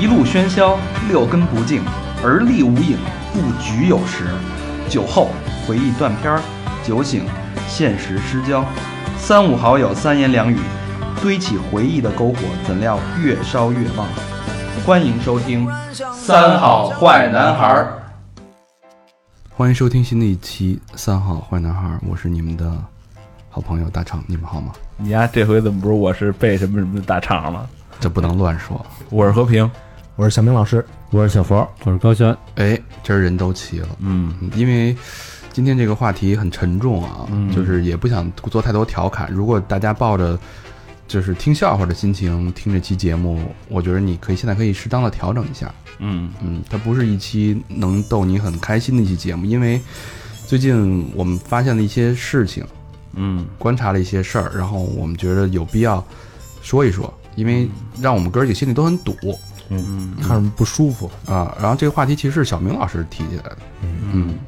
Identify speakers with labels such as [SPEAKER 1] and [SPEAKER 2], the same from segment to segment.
[SPEAKER 1] 一路喧嚣，六根不净，而立无影，不局有时。酒后回忆断片儿，酒醒现实失焦。三五好友三言两语，堆起回忆的篝火，怎料越烧越旺。欢迎收听《三好坏男孩》。
[SPEAKER 2] 欢迎收听新的一期《三好坏男孩》，我是你们的好朋友大厂，你们好吗？
[SPEAKER 3] 你呀、这回怎么不是我是被什么什么大厂了？
[SPEAKER 2] 这不能乱说。
[SPEAKER 3] 我是和平，
[SPEAKER 4] 我是小明老师，
[SPEAKER 5] 我是小佛，我是高轩。
[SPEAKER 2] 哎，今儿人都齐了，嗯，因为今天这个话题很沉重啊，就是也不想做太多调侃。如果大家抱着就是听笑话的心情听这期节目，我觉得你可以现在可以适当的调整一下，
[SPEAKER 3] 嗯，
[SPEAKER 2] 嗯，它不是一期能逗你很开心的一期节目，因为最近我们发现了一些事情，
[SPEAKER 3] 嗯，
[SPEAKER 2] 观察了一些事儿，然后我们觉得有必要说一说，因
[SPEAKER 4] 嗯
[SPEAKER 2] 为让我们哥儿几个心里都很堵
[SPEAKER 4] 看着不舒服。
[SPEAKER 2] 啊。然后这个话题其实是小明老师提起来的，嗯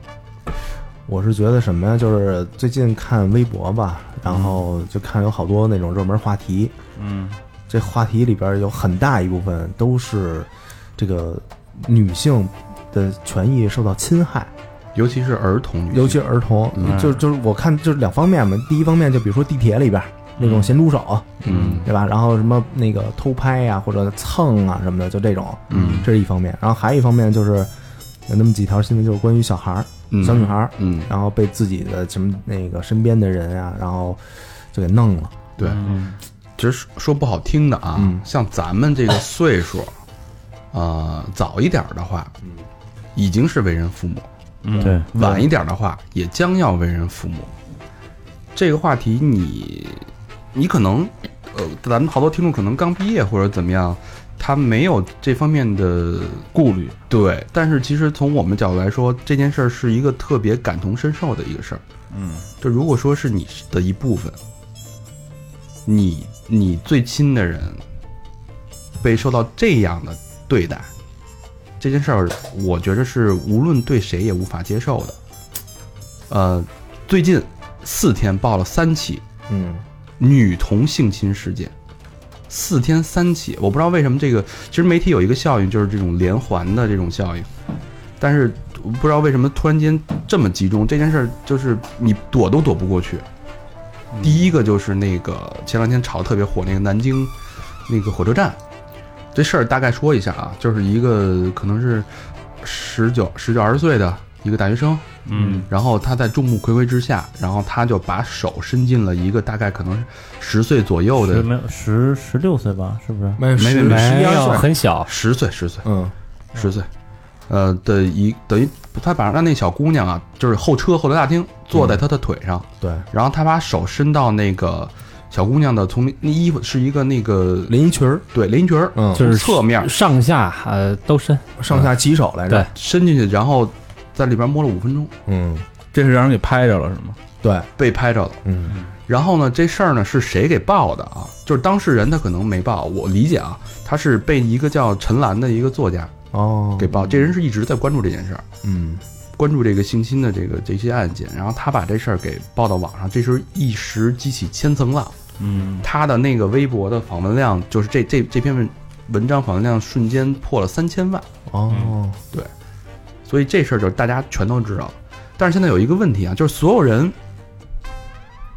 [SPEAKER 4] 我是觉得什么呀？就是最近看微博吧，然后就看有好多那种热门话题。
[SPEAKER 3] 嗯，
[SPEAKER 4] 这话题里边有很大一部分都是这个女性的权益受到侵害，
[SPEAKER 2] 尤其是儿童女性，
[SPEAKER 4] 尤其是儿童。
[SPEAKER 2] 嗯
[SPEAKER 4] 就就是我看就是两方面嘛，第一方面就比如说地铁里边那种咸猪手，
[SPEAKER 2] 嗯
[SPEAKER 4] 对吧？然后什么那个偷拍呀、或者蹭啊什么的，就这种，
[SPEAKER 2] 嗯
[SPEAKER 4] 这是一方面。然后还有一方面就是有那么几条新闻，就是关于小孩儿、
[SPEAKER 2] 嗯
[SPEAKER 4] 小女孩儿，
[SPEAKER 2] 嗯，
[SPEAKER 4] 然后被自己的什么那个身边的人啊，然后就给弄了。
[SPEAKER 2] 对，其实说说不好听的啊，
[SPEAKER 4] 嗯
[SPEAKER 2] 像咱们这个岁 数，呃，早一点儿的话，
[SPEAKER 4] 嗯
[SPEAKER 2] 已经是为人父母。
[SPEAKER 3] 嗯
[SPEAKER 5] 对，
[SPEAKER 2] 晚一点的话，也将要为人父母。这个话题你，你可能，呃，咱们好多听众可能刚毕业或者怎么样，他没有这方面的
[SPEAKER 3] 顾虑，
[SPEAKER 2] 对。但是其实从我们角度来说，这件事儿是一个特别感同身受的一个事儿。
[SPEAKER 3] 嗯，
[SPEAKER 2] 就如果说是你的一部分，你你最亲的人被受到这样的对待，这件事儿，我觉着是无论对谁也无法接受的。呃，最近四天报了三起
[SPEAKER 4] 嗯，
[SPEAKER 2] 女童性侵事件，四天三起，我不知道为什么这个，其实媒体有一个效应，就是这种连环的这种效应，但是不知道为什么突然间这么集中，这件事儿就是你躲都躲不过去。第一个就是那个前两天炒得特别火那个南京那个火车站，这事儿大概说一下啊，就是一个可能是十九十九二十岁的一个大学生，
[SPEAKER 3] 嗯
[SPEAKER 2] 然后他在众目睽睽之下，然后他就把手伸进了一个大概可能十岁左右
[SPEAKER 5] 十
[SPEAKER 2] 的
[SPEAKER 5] 没有十十六岁吧，是不是？
[SPEAKER 4] 没有
[SPEAKER 2] 没没
[SPEAKER 4] 没
[SPEAKER 5] 有，很小。
[SPEAKER 2] 十岁十岁
[SPEAKER 4] 嗯，
[SPEAKER 2] 十岁，呃的一等于他把让那小姑娘啊，就是后车后车大厅坐在他的腿上，
[SPEAKER 4] 对，
[SPEAKER 2] 然后他把手伸到那个小姑娘的从那那衣服是一个那个
[SPEAKER 4] 连衣裙儿，
[SPEAKER 2] 对连衣裙儿
[SPEAKER 4] 嗯，
[SPEAKER 5] 就是
[SPEAKER 2] 侧面
[SPEAKER 5] 上下呃都深，
[SPEAKER 4] 上下其手来着。
[SPEAKER 2] 伸进去，然后在里边摸了五分钟，
[SPEAKER 4] 嗯，
[SPEAKER 3] 这是让人给拍着了是吗？
[SPEAKER 4] 对，
[SPEAKER 2] 被拍着了。
[SPEAKER 4] 嗯
[SPEAKER 2] 然后呢，这事儿呢是谁给报的啊？就是当事人他可能没报，我理解啊，他是被一个叫陈兰的一个作家
[SPEAKER 4] 哦，
[SPEAKER 2] 给报。这人是一直在关注这件事儿，
[SPEAKER 4] 嗯
[SPEAKER 2] 关注这个性侵的这个这些案件，然后他把这事儿给报到网上，这时候一石激起千层浪，
[SPEAKER 3] 嗯
[SPEAKER 2] 他的那个微博的访问量，就是这这这篇文文章访问量瞬间破了三千万，
[SPEAKER 4] 哦，
[SPEAKER 2] 所以这事儿就是大家全都知道了。但是现在有一个问题啊，就是所有人，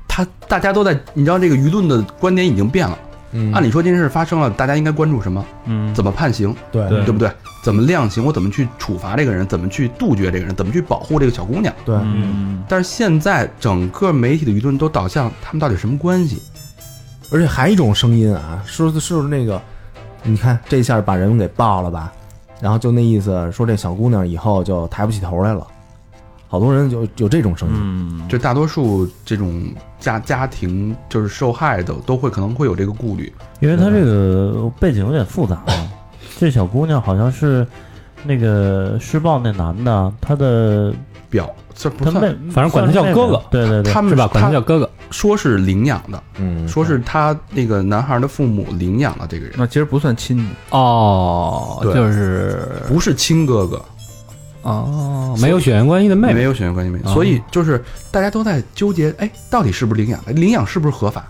[SPEAKER 2] 他大家都在，你知道这个舆论的观点已经变了。
[SPEAKER 4] 嗯，
[SPEAKER 2] 按理说这件事发生了，大家应该关注什么？
[SPEAKER 3] 嗯，
[SPEAKER 2] 怎么判刑，
[SPEAKER 4] 对
[SPEAKER 3] 对
[SPEAKER 2] 对不对？怎么量刑？我怎么去处罚这个人？怎么去杜绝这个人？怎么去保护这个小姑娘？
[SPEAKER 4] 对，
[SPEAKER 3] 嗯
[SPEAKER 2] 但是现在整个媒体的舆论都导向他们到底什么关系？
[SPEAKER 4] 而且还有一种声音啊，说的是那个，你看这下把人给爆了吧，然后就那意思说这小姑娘以后就抬不起头来了，好多人有有这种声音。
[SPEAKER 3] 嗯，
[SPEAKER 2] 就大多数这种家家庭就是受害的都会可能会有这个顾虑。
[SPEAKER 5] 因为她这个背景有点复杂啊。这小姑娘好像是那个施暴那男的，啊他的
[SPEAKER 2] 表这不
[SPEAKER 5] 他妹
[SPEAKER 2] 算，，
[SPEAKER 6] 反正管她叫哥
[SPEAKER 5] 算是妹
[SPEAKER 6] 哥
[SPEAKER 5] 妹对对对，
[SPEAKER 2] 他们
[SPEAKER 6] 是吧？管他
[SPEAKER 2] 他
[SPEAKER 6] 叫哥哥。
[SPEAKER 2] 说是领养的，
[SPEAKER 4] 嗯，
[SPEAKER 2] 说是他那个男孩的父母领养了这个人，
[SPEAKER 3] 那其实不算亲戚，
[SPEAKER 6] 哦，
[SPEAKER 2] 对
[SPEAKER 6] 就是
[SPEAKER 2] 不是亲哥哥，
[SPEAKER 6] 哦，没有血缘关系的妹
[SPEAKER 2] 没
[SPEAKER 6] 妹。
[SPEAKER 2] 有血缘关系，没有。
[SPEAKER 6] 哦
[SPEAKER 2] 所以就是大家都在纠结，哎，到底是不是领养？哎领养是不是合法？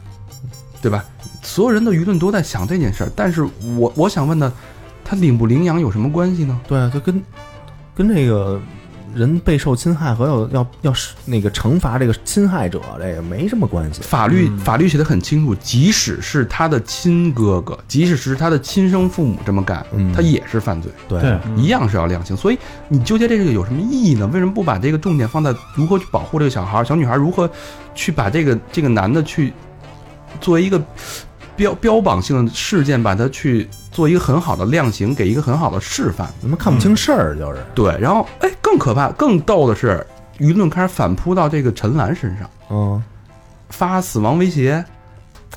[SPEAKER 2] 对吧？所有人的舆论都在想这件事儿，但是我我想问的，他领不领养有什么关系呢？
[SPEAKER 4] 对啊，就跟跟这个人备受侵害和要要要是那个惩罚这个侵害者这个没什么关系。
[SPEAKER 2] 法律
[SPEAKER 3] 嗯
[SPEAKER 2] 法律写的很清楚，即使是他的亲哥哥，即使是他的亲生父母这么干，
[SPEAKER 4] 嗯
[SPEAKER 2] 他也是犯罪，
[SPEAKER 4] 对啊
[SPEAKER 5] 对
[SPEAKER 3] 嗯
[SPEAKER 2] 一样是要量刑。所以你纠结这个有什么意义呢？为什么不把这个重点放在如何去保护这个小孩儿、小女孩儿，如何去把这个这个男的去作为一个标标榜性的事件，把他去做一个很好的量刑，给一个很好的示范？
[SPEAKER 4] 怎么看不清事儿就是？
[SPEAKER 2] 对，然后哎，更可怕、更逗的是，舆论开始反扑到这个陈岚身上，
[SPEAKER 4] 嗯，
[SPEAKER 2] 发死亡威胁。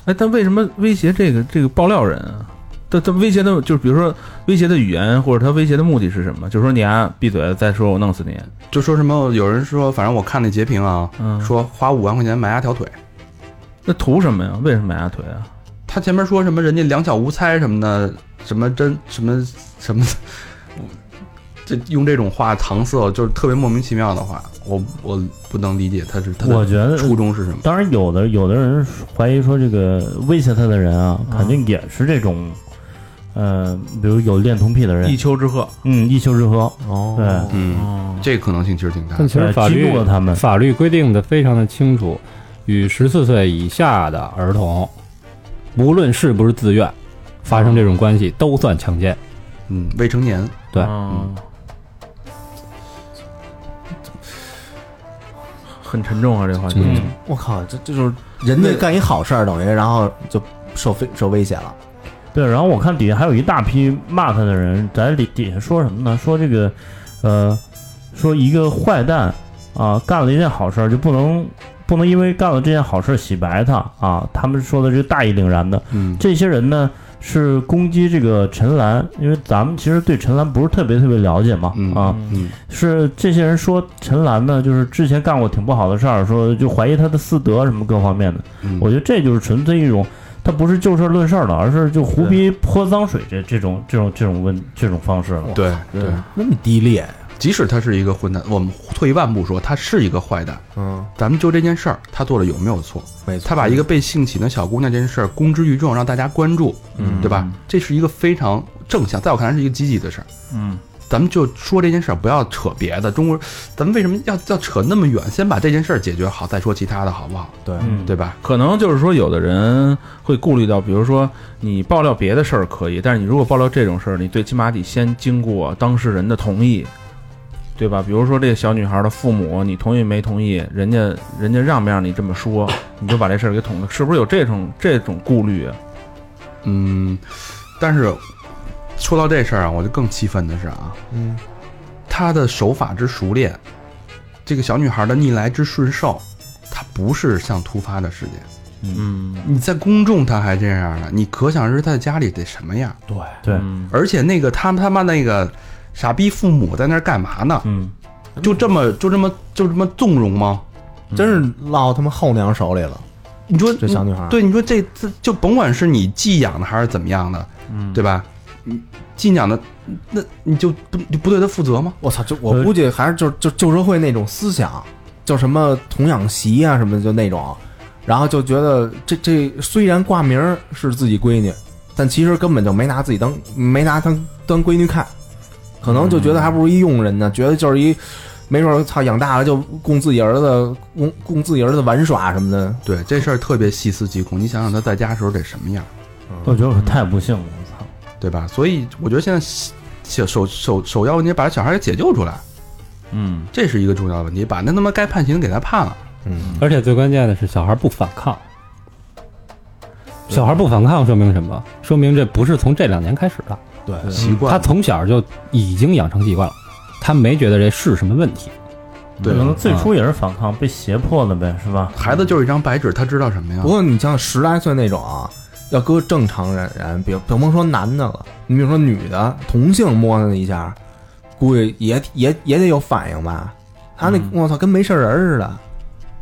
[SPEAKER 3] 哎，但为什么威胁这个这个爆料人啊？他他威胁的，就是比如说威胁的语言，或者他威胁的目的是什么？就是说你啊，闭嘴，再说我弄死你。
[SPEAKER 2] 就说什么，有人说，反正我看那截屏啊，
[SPEAKER 3] 嗯，
[SPEAKER 2] 说花五万块钱买鸭条腿。
[SPEAKER 3] 那图什么呀？为什么买大腿啊？
[SPEAKER 2] 他前面说什么人家两小无猜什么的，什么真什么什么， 这用这种话搪塞，就是特别莫名其妙的话，我我不能理解他是他
[SPEAKER 5] 我
[SPEAKER 2] 的
[SPEAKER 5] 觉得
[SPEAKER 2] 初衷是什么。
[SPEAKER 5] 当然，有的有的人怀疑说，这个威胁他的人啊，
[SPEAKER 3] 嗯
[SPEAKER 5] 肯定也是这种，呃，比如有恋童癖的人
[SPEAKER 3] 一，丘之貉。
[SPEAKER 5] 嗯，一丘之貉，
[SPEAKER 4] 哦
[SPEAKER 5] 对，
[SPEAKER 2] 嗯，
[SPEAKER 3] 哦，
[SPEAKER 2] 这个可能性其实挺大的
[SPEAKER 6] 但。其
[SPEAKER 3] 哎
[SPEAKER 6] 实
[SPEAKER 5] 呃
[SPEAKER 6] 法律
[SPEAKER 5] 激怒了他们
[SPEAKER 6] 法律规定的非常的清楚，与十四岁以下的儿童，无论是不是自愿发生这种关系，都算强奸。
[SPEAKER 2] 嗯，未成年，
[SPEAKER 6] 对，
[SPEAKER 3] 嗯很沉重啊，这话题。
[SPEAKER 6] 嗯
[SPEAKER 4] 我靠，这这就是人家干一好事儿，等于然后就受威受威胁了。
[SPEAKER 5] 对。然后我看底下还有一大批骂他的人在底底下说什么呢？说这个，呃，说一个坏蛋啊，干了一件好事儿就不能不能因为干了这件好事儿洗白他啊。他们说的这大义凛然的，
[SPEAKER 2] 嗯，
[SPEAKER 5] 这些人呢是攻击这个陈岚，因为咱们其实对陈岚不是特别特别了解嘛，
[SPEAKER 2] 嗯
[SPEAKER 5] 啊，
[SPEAKER 2] 嗯
[SPEAKER 5] 是这些人说陈岚呢，就是之前干过挺不好的事儿，说就怀疑他的私德什么各方面的。
[SPEAKER 2] 嗯，
[SPEAKER 5] 我觉得这就是纯粹一种，他不是就事论事儿了，而是就胡逼泼脏水这这种这种这种问这种方式了。
[SPEAKER 2] 对对，
[SPEAKER 4] 那么低劣呀，
[SPEAKER 2] 即使他是一个混蛋，我们退一万步说，他是一个坏蛋。
[SPEAKER 4] 嗯，
[SPEAKER 2] 咱们就这件事儿，他做的有没有错？
[SPEAKER 4] 没错，
[SPEAKER 2] 他把一个被性侵的小姑娘这件事儿公之于众，让大家关注，
[SPEAKER 3] 嗯
[SPEAKER 2] 对吧？这是一个非常正向，在我看来是一个积极的事儿。
[SPEAKER 3] 嗯，
[SPEAKER 2] 咱们就说这件事儿，不要扯别的。中国，咱们为什么要要扯那么远？先把这件事儿解决好，再说其他的，好不好？
[SPEAKER 4] 对，
[SPEAKER 5] 嗯，
[SPEAKER 2] 对吧？
[SPEAKER 3] 可能就是说，有的人会顾虑到，比如说你爆料别的事儿可以，但是你如果爆料这种事儿，你最起码得先经过当事人的同意，对吧？比如说这个小女孩的父母，你同意没同意？人家人家让没让你这么说，你就把这事儿给捅了，是不是有这种这种顾虑？啊
[SPEAKER 2] 嗯，但是说到这事儿啊，我就更气愤的是啊，
[SPEAKER 4] 嗯，
[SPEAKER 2] 他的手法之熟练，这个小女孩的逆来之顺受，它不是像突发的事件。
[SPEAKER 3] 嗯，
[SPEAKER 2] 你在公众他还这样呢，你可想而知他在家里得什么样。
[SPEAKER 5] 对，
[SPEAKER 3] 嗯
[SPEAKER 2] 而且那个他他妈那个傻逼父母在那儿干嘛呢？
[SPEAKER 5] 嗯，
[SPEAKER 2] 就这么就这么就这么纵容吗？
[SPEAKER 4] 真是落他妈后娘手里了。
[SPEAKER 2] 你说
[SPEAKER 4] 这小女孩儿
[SPEAKER 2] 对，你说这这就甭管是你寄养的还是怎么样的，
[SPEAKER 3] 嗯
[SPEAKER 2] 对吧？你寄养的，那你就不你就不对他负责吗？
[SPEAKER 4] 我操，就我估计还是就就旧社会那种思想，就什么童养媳啊什么的，就那种，然后就觉得这这虽然挂名儿是自己闺女，但其实根本就没拿自己当没拿当当闺女看，可能就觉得还不如一佣人呢，觉得就是一没准儿操养大了就供自己儿子供供自己儿子玩耍什么的，
[SPEAKER 2] 对，这事儿特别细思极恐。你想想他在家的时候得什么样，
[SPEAKER 5] 我觉得可太不幸了，我操！
[SPEAKER 2] 对吧？所以我觉得现在首首首首要问题把小孩给解救出来，
[SPEAKER 3] 嗯，
[SPEAKER 2] 这是一个重要问题。把那他妈该判刑给他判了。
[SPEAKER 4] 嗯，
[SPEAKER 6] 而且最关键的是，小孩不反抗。小孩不反抗说明什么？说明这不是从这两年开始的，
[SPEAKER 4] 对，
[SPEAKER 2] 习惯
[SPEAKER 6] 他从小就已经养成习惯了，他没觉得这是什么问题。
[SPEAKER 2] 对
[SPEAKER 5] 可能最初也是反抗，被胁迫的呗，是吧？
[SPEAKER 2] 孩子就是一张白纸，他知道什么呀
[SPEAKER 4] 不？过你像十来岁那种啊，要搁正常人人，比甭甭说男的了，你比如说女的，同性摸他一下，估计也也也得有反应吧。他那
[SPEAKER 3] 嗯
[SPEAKER 4] 我操、跟没事人似的，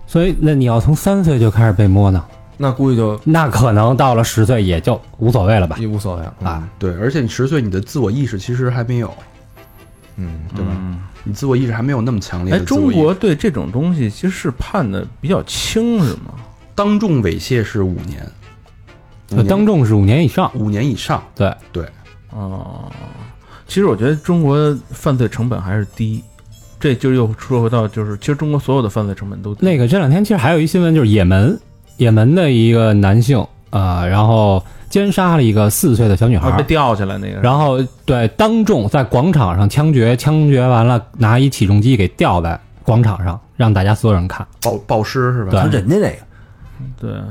[SPEAKER 6] 所以，那你要从三岁就开始被摸呢，
[SPEAKER 4] 那估计就
[SPEAKER 6] 那可能到了十岁也就无所谓了吧？
[SPEAKER 4] 也无所谓了
[SPEAKER 6] 啊，
[SPEAKER 2] 对，而且你十岁，你的自我意识其实还没有，
[SPEAKER 4] 嗯，
[SPEAKER 2] 对吧？你自我意识还没有那么强烈
[SPEAKER 3] 哎，
[SPEAKER 2] 的自我意
[SPEAKER 3] 中
[SPEAKER 2] 识。
[SPEAKER 3] 国对这种东西其实是判的比较轻，是吗？
[SPEAKER 2] 当众猥亵是五年，五年
[SPEAKER 3] 嗯
[SPEAKER 6] 呃当众是五年以上，
[SPEAKER 2] 五年以上，
[SPEAKER 6] 对，
[SPEAKER 3] 哦，其实我觉得中国犯罪成本还是低，这就又说回到就是，其实中国所有的犯罪成本都低
[SPEAKER 6] 那个这两天其实还有一新闻，就是也门，也门的一个男性啊、呃然后奸杀了一个四岁的小女孩
[SPEAKER 3] 啊被
[SPEAKER 6] 儿，
[SPEAKER 3] 吊起来
[SPEAKER 4] 嗯
[SPEAKER 3] 那个，
[SPEAKER 6] 然后对当众在广场上枪决，枪决完了拿一起重机给吊在广场上，让大家所有人看。
[SPEAKER 2] 暴暴尸是吧？
[SPEAKER 6] 对
[SPEAKER 4] 人家这个，
[SPEAKER 3] 对，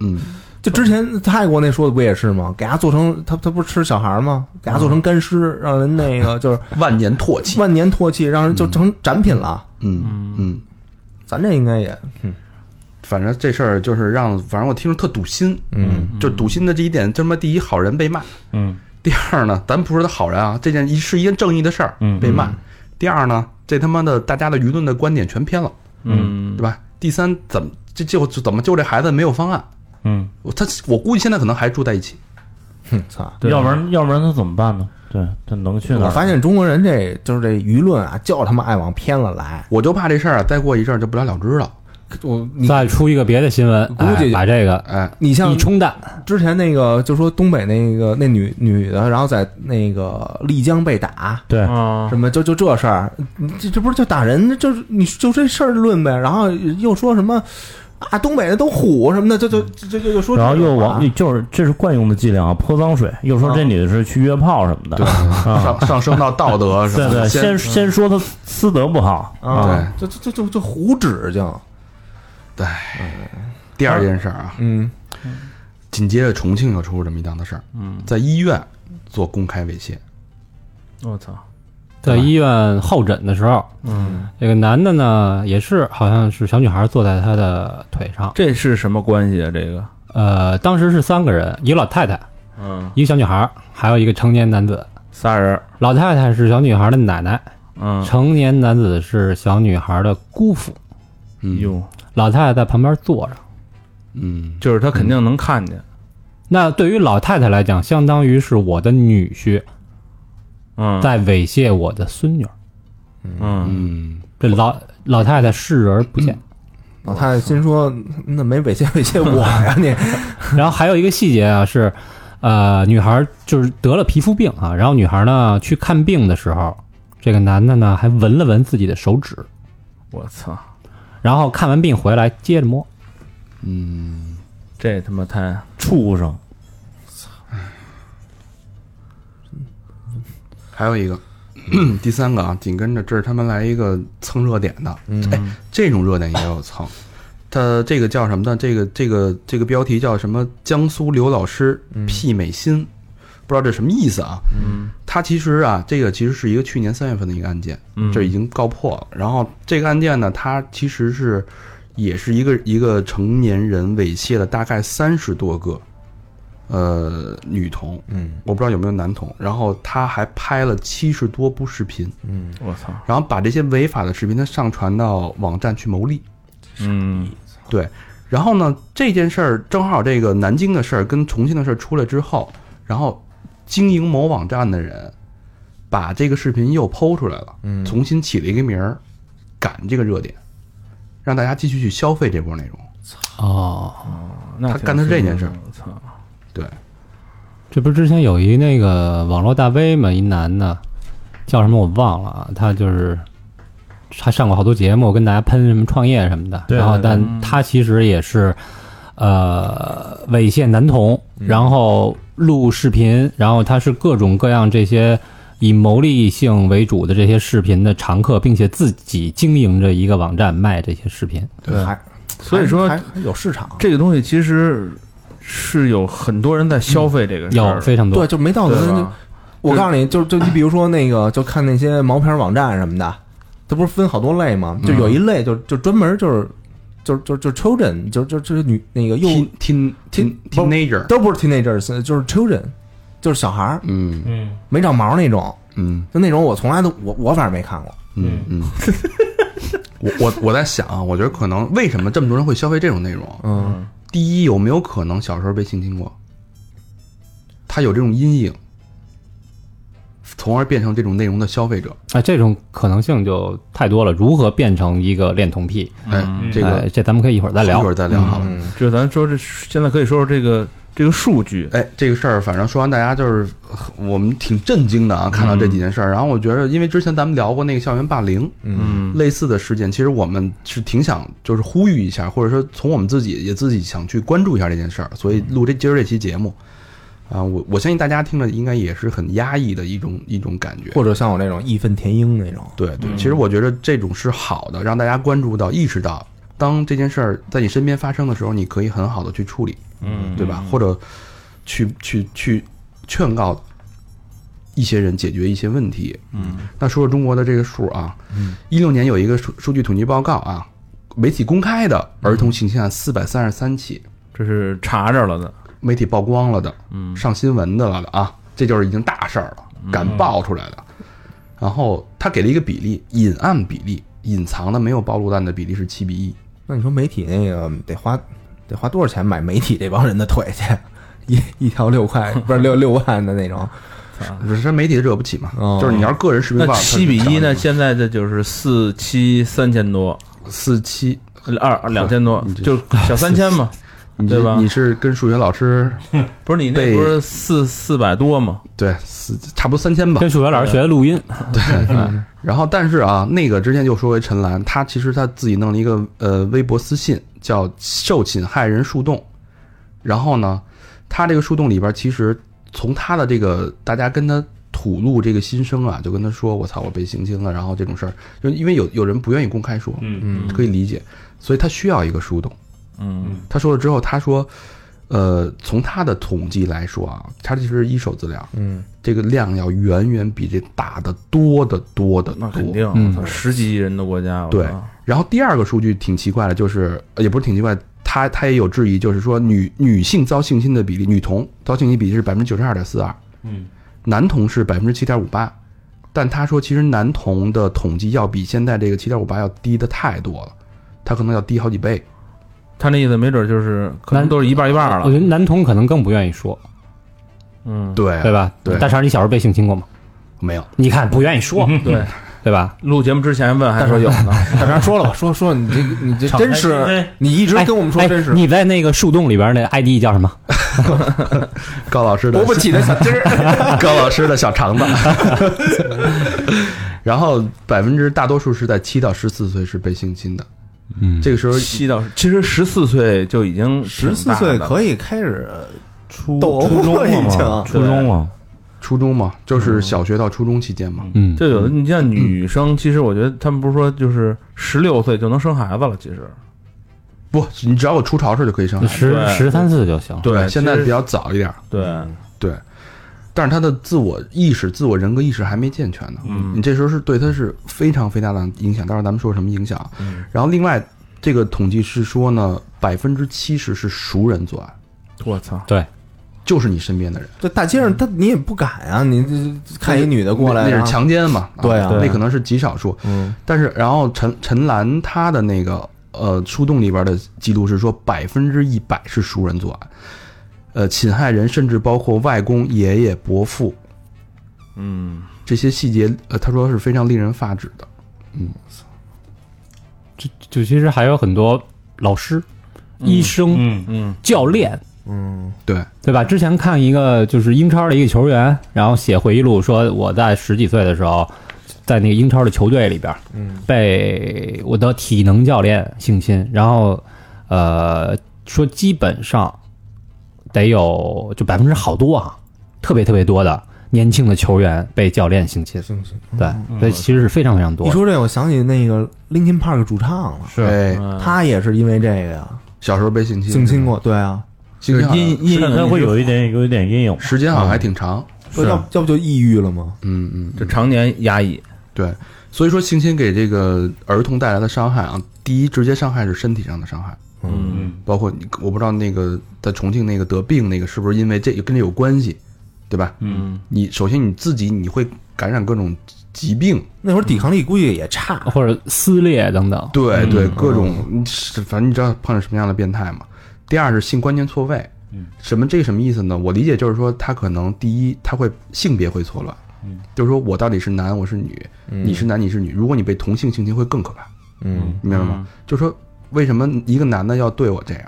[SPEAKER 2] 嗯，
[SPEAKER 4] 就之前泰国那说的不也是吗？给他做成他他不是吃小孩吗？给他做成干尸，让人那个就是
[SPEAKER 2] 万年唾弃，
[SPEAKER 4] 万年唾弃，让人就成展品了。
[SPEAKER 2] 嗯嗯，
[SPEAKER 4] 咱这应该也
[SPEAKER 2] 反正这事儿就是让，反正我听着特堵心，
[SPEAKER 4] 嗯，
[SPEAKER 2] 就堵心的这一点，就他妈第一好人被骂，
[SPEAKER 5] 嗯
[SPEAKER 2] 第二呢，咱不是他好人啊，这件一是一件正义的事儿
[SPEAKER 5] 嗯
[SPEAKER 2] 被骂，第二呢，这他妈的大家的舆论的观点全偏了，
[SPEAKER 3] 嗯
[SPEAKER 2] 对，吧？第三怎么这就怎么救这孩子没有方案？
[SPEAKER 5] 嗯，
[SPEAKER 2] 我他我估计现在可能还住在一起，
[SPEAKER 4] 哼操。
[SPEAKER 3] 对
[SPEAKER 5] 要不然要不然他怎么办呢？对他能去哪
[SPEAKER 4] 我
[SPEAKER 5] 儿？
[SPEAKER 4] 发现中国人这就是这舆论啊，就他妈爱往偏了来。
[SPEAKER 2] 我就怕这事儿啊再过一阵儿就不了了之了，
[SPEAKER 4] 我
[SPEAKER 6] 再出一个别的新闻，
[SPEAKER 4] 估计
[SPEAKER 6] 哎把这个
[SPEAKER 2] 哎，
[SPEAKER 4] 你像
[SPEAKER 6] 一冲淡，
[SPEAKER 4] 之前那个，就说东北那个那女女的，然后在那个丽江被打，
[SPEAKER 5] 对，
[SPEAKER 3] 啊
[SPEAKER 4] 什，么就就这事儿，你这这不是就打人，就是你就这事儿论呗，然后又说什么啊，东北的都虎什么的，就就就就就说这种
[SPEAKER 5] 然
[SPEAKER 4] 话，
[SPEAKER 5] 后又往就是这是惯用的伎俩啊，泼脏水，又说这女的是去约炮什么的，啊，
[SPEAKER 2] 上上升到道德是吧？
[SPEAKER 5] 对对，
[SPEAKER 2] 先
[SPEAKER 5] 先先说她私德不好
[SPEAKER 4] 啊，就就就就就胡指就，
[SPEAKER 2] 第二件事儿啊，
[SPEAKER 4] 嗯
[SPEAKER 2] 紧接着重庆又出了这么一档子事儿，
[SPEAKER 3] 嗯，
[SPEAKER 2] 在医院做公开猥亵，
[SPEAKER 3] 我操，
[SPEAKER 6] 在医院候诊的时候，
[SPEAKER 3] 嗯，
[SPEAKER 6] 这个男的呢也是好像是小女孩坐在他的腿上，
[SPEAKER 3] 这是什么关系啊？这个，
[SPEAKER 6] 呃，当时是三个人，一个老太太，
[SPEAKER 3] 嗯，
[SPEAKER 6] 一个小女孩，还有一个成年男子。
[SPEAKER 3] 仨人，
[SPEAKER 6] 老太太是小女孩的奶奶，
[SPEAKER 3] 嗯，
[SPEAKER 6] 成年男子是小女孩的姑父。
[SPEAKER 2] 嗯
[SPEAKER 3] 哟，
[SPEAKER 6] 老太太在旁边坐着。
[SPEAKER 2] 嗯，
[SPEAKER 3] 就是他肯定能看见，
[SPEAKER 6] 那对于老太太来讲，相当于是我的女婿
[SPEAKER 3] 嗯，
[SPEAKER 6] 在猥亵我的孙女儿。
[SPEAKER 3] 嗯，
[SPEAKER 2] 嗯，
[SPEAKER 6] 这老老太太视而不见。
[SPEAKER 4] 老太太啊心说那没猥亵猥亵我呀你，
[SPEAKER 6] 然后还有一个细节啊是，呃，女孩就是得了皮肤病啊，然后女孩呢去看病的时候，这个男的呢还闻了闻自己的手指，
[SPEAKER 3] 我操，
[SPEAKER 6] 然后看完病回来接着摸。
[SPEAKER 2] 嗯
[SPEAKER 3] 这他妈太，
[SPEAKER 5] 畜生，
[SPEAKER 2] 还有一个， 第三个啊，紧跟着这是他们来一个蹭热点的，哎
[SPEAKER 4] 嗯
[SPEAKER 2] 这种热点也有蹭。他这个叫什么呢？这个这个这个标题叫什么？江苏刘老师媲美新，不知道这什么意思啊？
[SPEAKER 3] 嗯
[SPEAKER 2] 他其实啊，这个其实是一个去年三月份的一个案件，
[SPEAKER 3] 嗯，
[SPEAKER 2] 这已经告破了。然后这个案件呢，它其实是也是一个一个成年人猥亵了大概三十多个呃女童，
[SPEAKER 4] 嗯
[SPEAKER 2] 我不知道有没有男童。然后他还拍了七十多部视频，
[SPEAKER 4] 嗯，
[SPEAKER 3] 我操，
[SPEAKER 2] 然后把这些违法的视频他上传到网站去牟利。
[SPEAKER 3] 嗯
[SPEAKER 2] 然后呢，这件事儿正好这个南京的事儿跟重庆的事儿出来之后，然后经营某网站的人把这个视频又剖出来了，
[SPEAKER 4] 嗯
[SPEAKER 2] 重新起了一个名儿，赶这个热点，让大家继续去消费这波内容。
[SPEAKER 6] 哦，
[SPEAKER 3] 那
[SPEAKER 2] 他
[SPEAKER 3] 挺
[SPEAKER 2] 干的是这
[SPEAKER 3] 新
[SPEAKER 2] 件事儿
[SPEAKER 3] 的我操，
[SPEAKER 2] 对，
[SPEAKER 6] 这不是之前有一那个网络大 V 嘛，一男的，叫什么我忘了啊，他就是他上过好多节目，跟大家喷什么创业什么的。
[SPEAKER 5] 对
[SPEAKER 6] 然后，
[SPEAKER 5] 对
[SPEAKER 6] 但
[SPEAKER 3] 嗯
[SPEAKER 6] 他其实也是呃猥亵男童，
[SPEAKER 3] 嗯
[SPEAKER 6] 然后录视频，然后他是各种各样这些以牟利性为主的这些视频的常客，并且自己经营着一个网站卖这些视频。
[SPEAKER 4] 对，还
[SPEAKER 3] 所以说
[SPEAKER 4] 还还有市场，
[SPEAKER 3] 这个东西其实是有很多人在消费这个事
[SPEAKER 6] 嗯有
[SPEAKER 3] 儿，
[SPEAKER 6] 非常多
[SPEAKER 4] 对，，就没道德
[SPEAKER 3] 对
[SPEAKER 4] 就
[SPEAKER 3] 吧。
[SPEAKER 4] 我告诉你，就就你比如说那个，就看那些毛片网站什么的，它不是分好多类吗？就有一类就就专门就是就是就是就是 children，就是就是就是女那个幼
[SPEAKER 2] teen teen teen
[SPEAKER 4] teen-
[SPEAKER 2] teenager，
[SPEAKER 4] 都不是 teenagers，就是 children，就是小孩儿
[SPEAKER 2] 嗯
[SPEAKER 5] 嗯
[SPEAKER 4] 没长毛那种，
[SPEAKER 2] 嗯
[SPEAKER 4] 就那种我从来都我我反正没看过。
[SPEAKER 2] 嗯嗯。 我我我在想啊，我觉得可能为什么这么多人会消费这种内容？啊
[SPEAKER 4] 嗯，
[SPEAKER 2] 第一，有没有可能小时候被性侵过？他有这种阴影，从而变成这种内容的消费者。
[SPEAKER 6] 啊，这种可能性就太多了。如何变成一个恋童癖？
[SPEAKER 2] 哎，这个
[SPEAKER 6] 哎这咱们可以一会儿再聊
[SPEAKER 2] 一会。儿再聊好了。
[SPEAKER 4] 嗯
[SPEAKER 3] 就咱说这，现在可以说说这个这个数据，
[SPEAKER 2] 哎，这个事儿，反正说完，大家就是我们挺震惊的啊，看到这几件事儿。然后我觉得，因为之前咱们聊过那个校园霸凌，
[SPEAKER 4] 嗯，
[SPEAKER 2] 类似的事件，其实我们是挺想就是呼吁一下，或者说从我们自己也自己想去关注一下这件事儿，所以录这今儿这期节目，啊、我我相信大家听着应该也是很压抑的一种一种感觉。
[SPEAKER 4] 或者像我这种义愤填膺那种，
[SPEAKER 2] 对
[SPEAKER 3] 嗯
[SPEAKER 2] 对，其实我觉得这种是好的，让大家关注到、意识到，当这件事儿在你身边发生的时候，你可以很好的去处理，
[SPEAKER 3] 嗯
[SPEAKER 2] 对吧？或者去去去劝告一些人解决一些问题。
[SPEAKER 3] 嗯，
[SPEAKER 2] 那说说中国的这个数啊，一六年有一个数数据统计报告啊，媒体公开的儿童性侵案四百三十三起，
[SPEAKER 3] 这是查着了的，
[SPEAKER 2] 媒体曝光了的，
[SPEAKER 3] 嗯
[SPEAKER 2] 上新闻的了的啊，这就是已经大事儿了，敢爆出来的。然后他给了一个比例，隐暗比例，隐藏的没有暴露案的比例是七比一。
[SPEAKER 4] 那你说媒体那个得花得花多少钱买媒体这帮人的腿去？一一条六块，不是六六万的那种，
[SPEAKER 2] 只是媒体惹不起嘛，
[SPEAKER 4] 哦
[SPEAKER 2] 就是你要是个人识别
[SPEAKER 3] 啊那
[SPEAKER 2] 报，
[SPEAKER 3] 七比一呢？现在的就是四七三千多，
[SPEAKER 2] 四七，啊
[SPEAKER 3] 二两千多，就小三千嘛，
[SPEAKER 2] 你这
[SPEAKER 3] 对吧
[SPEAKER 2] 你是跟数学老师
[SPEAKER 3] 不是你那
[SPEAKER 2] 被
[SPEAKER 3] 不是四四百多吗？
[SPEAKER 2] 对四差不多三千吧？
[SPEAKER 6] 跟数学老师学的录音，
[SPEAKER 2] 然后，但是啊，那个之前就说回陈岚，她其实她自己弄了一个呃微博私信，叫“受侵害人树洞”。然后呢，她这个树洞里边，其实从她的这个大家跟她吐露这个心声啊，就跟她说：“我操，我被性侵了。”然后这种事儿，就因为有有人不愿意公开说，
[SPEAKER 5] 嗯
[SPEAKER 4] 嗯
[SPEAKER 2] 可以理解，所以她需要一个树洞。
[SPEAKER 3] 嗯
[SPEAKER 2] 她说了之后，她说：“呃，从她的统计来说啊，她这是一手资料，
[SPEAKER 4] 嗯，
[SPEAKER 2] 这个量要远远比这大的多得多得
[SPEAKER 3] 那
[SPEAKER 2] 多。”
[SPEAKER 3] 肯定，
[SPEAKER 6] 嗯
[SPEAKER 3] 我操十几亿人的国家，我
[SPEAKER 2] 对
[SPEAKER 3] 操
[SPEAKER 2] 然后第二个数据挺奇怪的，就是呃也不是挺奇怪，他他也有质疑，就是说女女性遭性侵的比例，女童遭性侵比例是百分之九十二点四二，
[SPEAKER 5] 嗯，
[SPEAKER 2] 男童是百分之七点五八，但他说其实男童的统计要比现在这个七点五八要低的太多了，他可能要低好几倍。
[SPEAKER 3] 他那意思没准就是可能
[SPEAKER 6] 那
[SPEAKER 3] 都是一半一半
[SPEAKER 6] 我觉
[SPEAKER 3] 了，
[SPEAKER 6] 得男童可能更不愿意说，
[SPEAKER 3] 嗯，
[SPEAKER 2] 对啊
[SPEAKER 6] 对吧？
[SPEAKER 2] 哎对
[SPEAKER 6] 大肠，你小时候被性侵过吗？
[SPEAKER 2] 没有，
[SPEAKER 6] 你看不愿意说，
[SPEAKER 3] 对，
[SPEAKER 6] 对吧？
[SPEAKER 3] 录节目之前问还说有呢，
[SPEAKER 4] 大张说了吧，说说你这个你这
[SPEAKER 5] 敞开
[SPEAKER 4] 真
[SPEAKER 5] 心
[SPEAKER 4] 是
[SPEAKER 5] 扉，
[SPEAKER 4] 你一直
[SPEAKER 6] 哎
[SPEAKER 4] 跟我们说
[SPEAKER 6] 哎
[SPEAKER 4] 真是，
[SPEAKER 6] 你在那个树洞里边那 ID 叫什么？
[SPEAKER 2] 高老师的
[SPEAKER 4] 勃不起的小鸡 儿，
[SPEAKER 2] 高老师的小肠子。 然后百分之大多数是在七到十四岁是被性侵的，
[SPEAKER 6] 嗯，
[SPEAKER 2] 这个时候
[SPEAKER 3] 吸到其实十四岁就已经
[SPEAKER 4] 十四岁可
[SPEAKER 3] 以，
[SPEAKER 4] 以开始
[SPEAKER 5] 初
[SPEAKER 4] 斗殴
[SPEAKER 5] 初中
[SPEAKER 4] 了已经
[SPEAKER 5] 了嘛，初中了，
[SPEAKER 2] 初中
[SPEAKER 3] 嗯
[SPEAKER 2] 嘛，就是小学到初中期间嘛。
[SPEAKER 6] 嗯，
[SPEAKER 3] 就有的你像女生，其实我觉得他们不是说就是十六岁就能生孩子了，其实
[SPEAKER 2] 不，你只要有初潮时就可以上来。
[SPEAKER 6] 十
[SPEAKER 3] 对
[SPEAKER 6] 十三四就行。
[SPEAKER 3] 对
[SPEAKER 2] 现在
[SPEAKER 3] 其实
[SPEAKER 2] 比较早一点儿，
[SPEAKER 3] 对，
[SPEAKER 2] 对。但是他的自我意识、自我人格意识还没健全呢，
[SPEAKER 3] 嗯
[SPEAKER 2] 你这时候是对他是非常非常大的影响。待会儿咱们说什么影响啊。
[SPEAKER 3] 嗯
[SPEAKER 2] 然后另外，这个统计是说呢，百分之七十是熟人作案，
[SPEAKER 3] 我操，
[SPEAKER 2] 就是你身边的人。
[SPEAKER 4] 这大街上他你也不敢啊，你这看一女的过来，
[SPEAKER 2] 那
[SPEAKER 4] 然
[SPEAKER 2] 那
[SPEAKER 4] 后
[SPEAKER 2] 是强奸嘛？
[SPEAKER 4] 对啊
[SPEAKER 2] 那可能是极少数。
[SPEAKER 4] 嗯，
[SPEAKER 2] 但是，然后陈陈岚她的那个呃树洞里边的记录是说，百分之一百是熟人作案，呃，侵害人甚至包括外公、爷爷、伯父
[SPEAKER 3] 嗯，
[SPEAKER 2] 这些细节，呃，他说是非常令人发指的。
[SPEAKER 6] 就就其实还有很多老师、医生、
[SPEAKER 5] 嗯
[SPEAKER 3] 嗯
[SPEAKER 6] 教练，
[SPEAKER 2] 对，
[SPEAKER 6] 对吧？之前看一个就是英超的一个球员，然后写回忆录说，我在十几岁的时候，在那个英超的球队里边，嗯，被我的体能教练性侵，然后呃，说基本上得有就百分之好多啊，特别特别多的年轻的球员被教练性侵，
[SPEAKER 4] 行行。
[SPEAKER 6] 对，所以其实是非常非常多
[SPEAKER 4] 一
[SPEAKER 6] 的。
[SPEAKER 4] 说这，我想起那个 Linkin Park 主唱了，
[SPEAKER 2] 是哎，
[SPEAKER 4] 他也是因为这个呀
[SPEAKER 2] 小时候被性侵，
[SPEAKER 4] 啊性侵过，对啊，
[SPEAKER 2] 性侵好像，
[SPEAKER 3] 阴阴
[SPEAKER 4] 嗯
[SPEAKER 5] 那他
[SPEAKER 3] 影
[SPEAKER 5] 会有一点有一点阴影，
[SPEAKER 2] 时间好像还挺长。
[SPEAKER 4] 不要要不就抑郁了吗？
[SPEAKER 2] 嗯嗯，
[SPEAKER 3] 就常年压抑，
[SPEAKER 2] 对。所以说，性侵给这个儿童带来的伤害啊，第一直接伤害是身体上的伤害，
[SPEAKER 3] 嗯
[SPEAKER 5] 嗯
[SPEAKER 2] 包括你，我不知道那个在重庆那个得病那个是不是因为这跟这有关系，对吧？
[SPEAKER 5] 嗯，
[SPEAKER 2] 你首先你自己你会感染各种疾病，
[SPEAKER 4] 那会儿抵抗力估计也差，
[SPEAKER 6] 或者撕裂等等，
[SPEAKER 2] 对对，各种是反正你知道碰上什么样的变态嘛。第二是性观念错位，什么这什么意思呢？我理解就是说他可能第一他会性别会错乱，就是说我到底是男我是女，你是男你是女，如果你被同性性侵会更可怕，
[SPEAKER 4] 嗯
[SPEAKER 6] 嗯
[SPEAKER 2] 你明白吗？就说为什么一个男的要对我这样，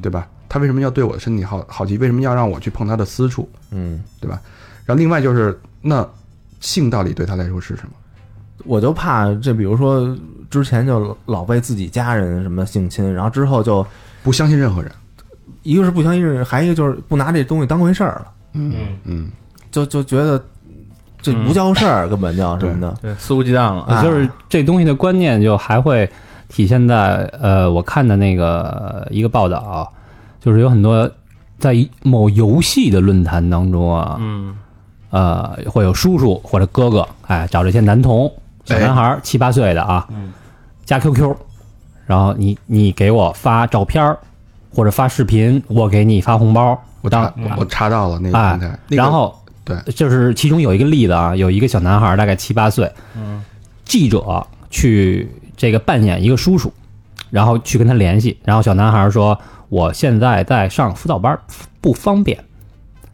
[SPEAKER 2] 对吧？他为什么要对我的身体好好奇？为什么要让我去碰他的私处，
[SPEAKER 4] 嗯，
[SPEAKER 2] 对吧？然后另外就是，那性到底对他来说是什么？
[SPEAKER 4] 我就怕这，比如说之前就老被自己家人什么性侵，然后之后就
[SPEAKER 2] 不相信任何人。
[SPEAKER 4] 一个是不相信任，还一个就是不拿这东西当回事儿了，
[SPEAKER 5] 嗯，
[SPEAKER 2] 嗯，
[SPEAKER 4] 就就觉得这
[SPEAKER 3] 嗯
[SPEAKER 4] 不叫事儿，根本就什么的。
[SPEAKER 3] 对，肆无忌惮了。
[SPEAKER 4] 啊
[SPEAKER 6] 就是这东西的观念就还会体现在呃，我看的那个一个报道啊、就是有很多在某游戏的论坛当中啊，
[SPEAKER 3] 嗯，
[SPEAKER 6] 呃，会有叔叔或者哥哥，哎，找这些男童、小男孩儿七八岁的啊，加 QQ，然后你你给我发照片儿或者发视频，我给你发红包，
[SPEAKER 2] 我
[SPEAKER 6] 当
[SPEAKER 2] 查我查到了那个平台，
[SPEAKER 6] 哎
[SPEAKER 2] 那个
[SPEAKER 6] 然后
[SPEAKER 2] 对
[SPEAKER 6] 就是其中有一个例子啊，有一个小男孩儿大概七八岁，记者去这个扮演一个叔叔，然后去跟他联系，然后小男孩儿说我现在在上辅导班儿，不方便。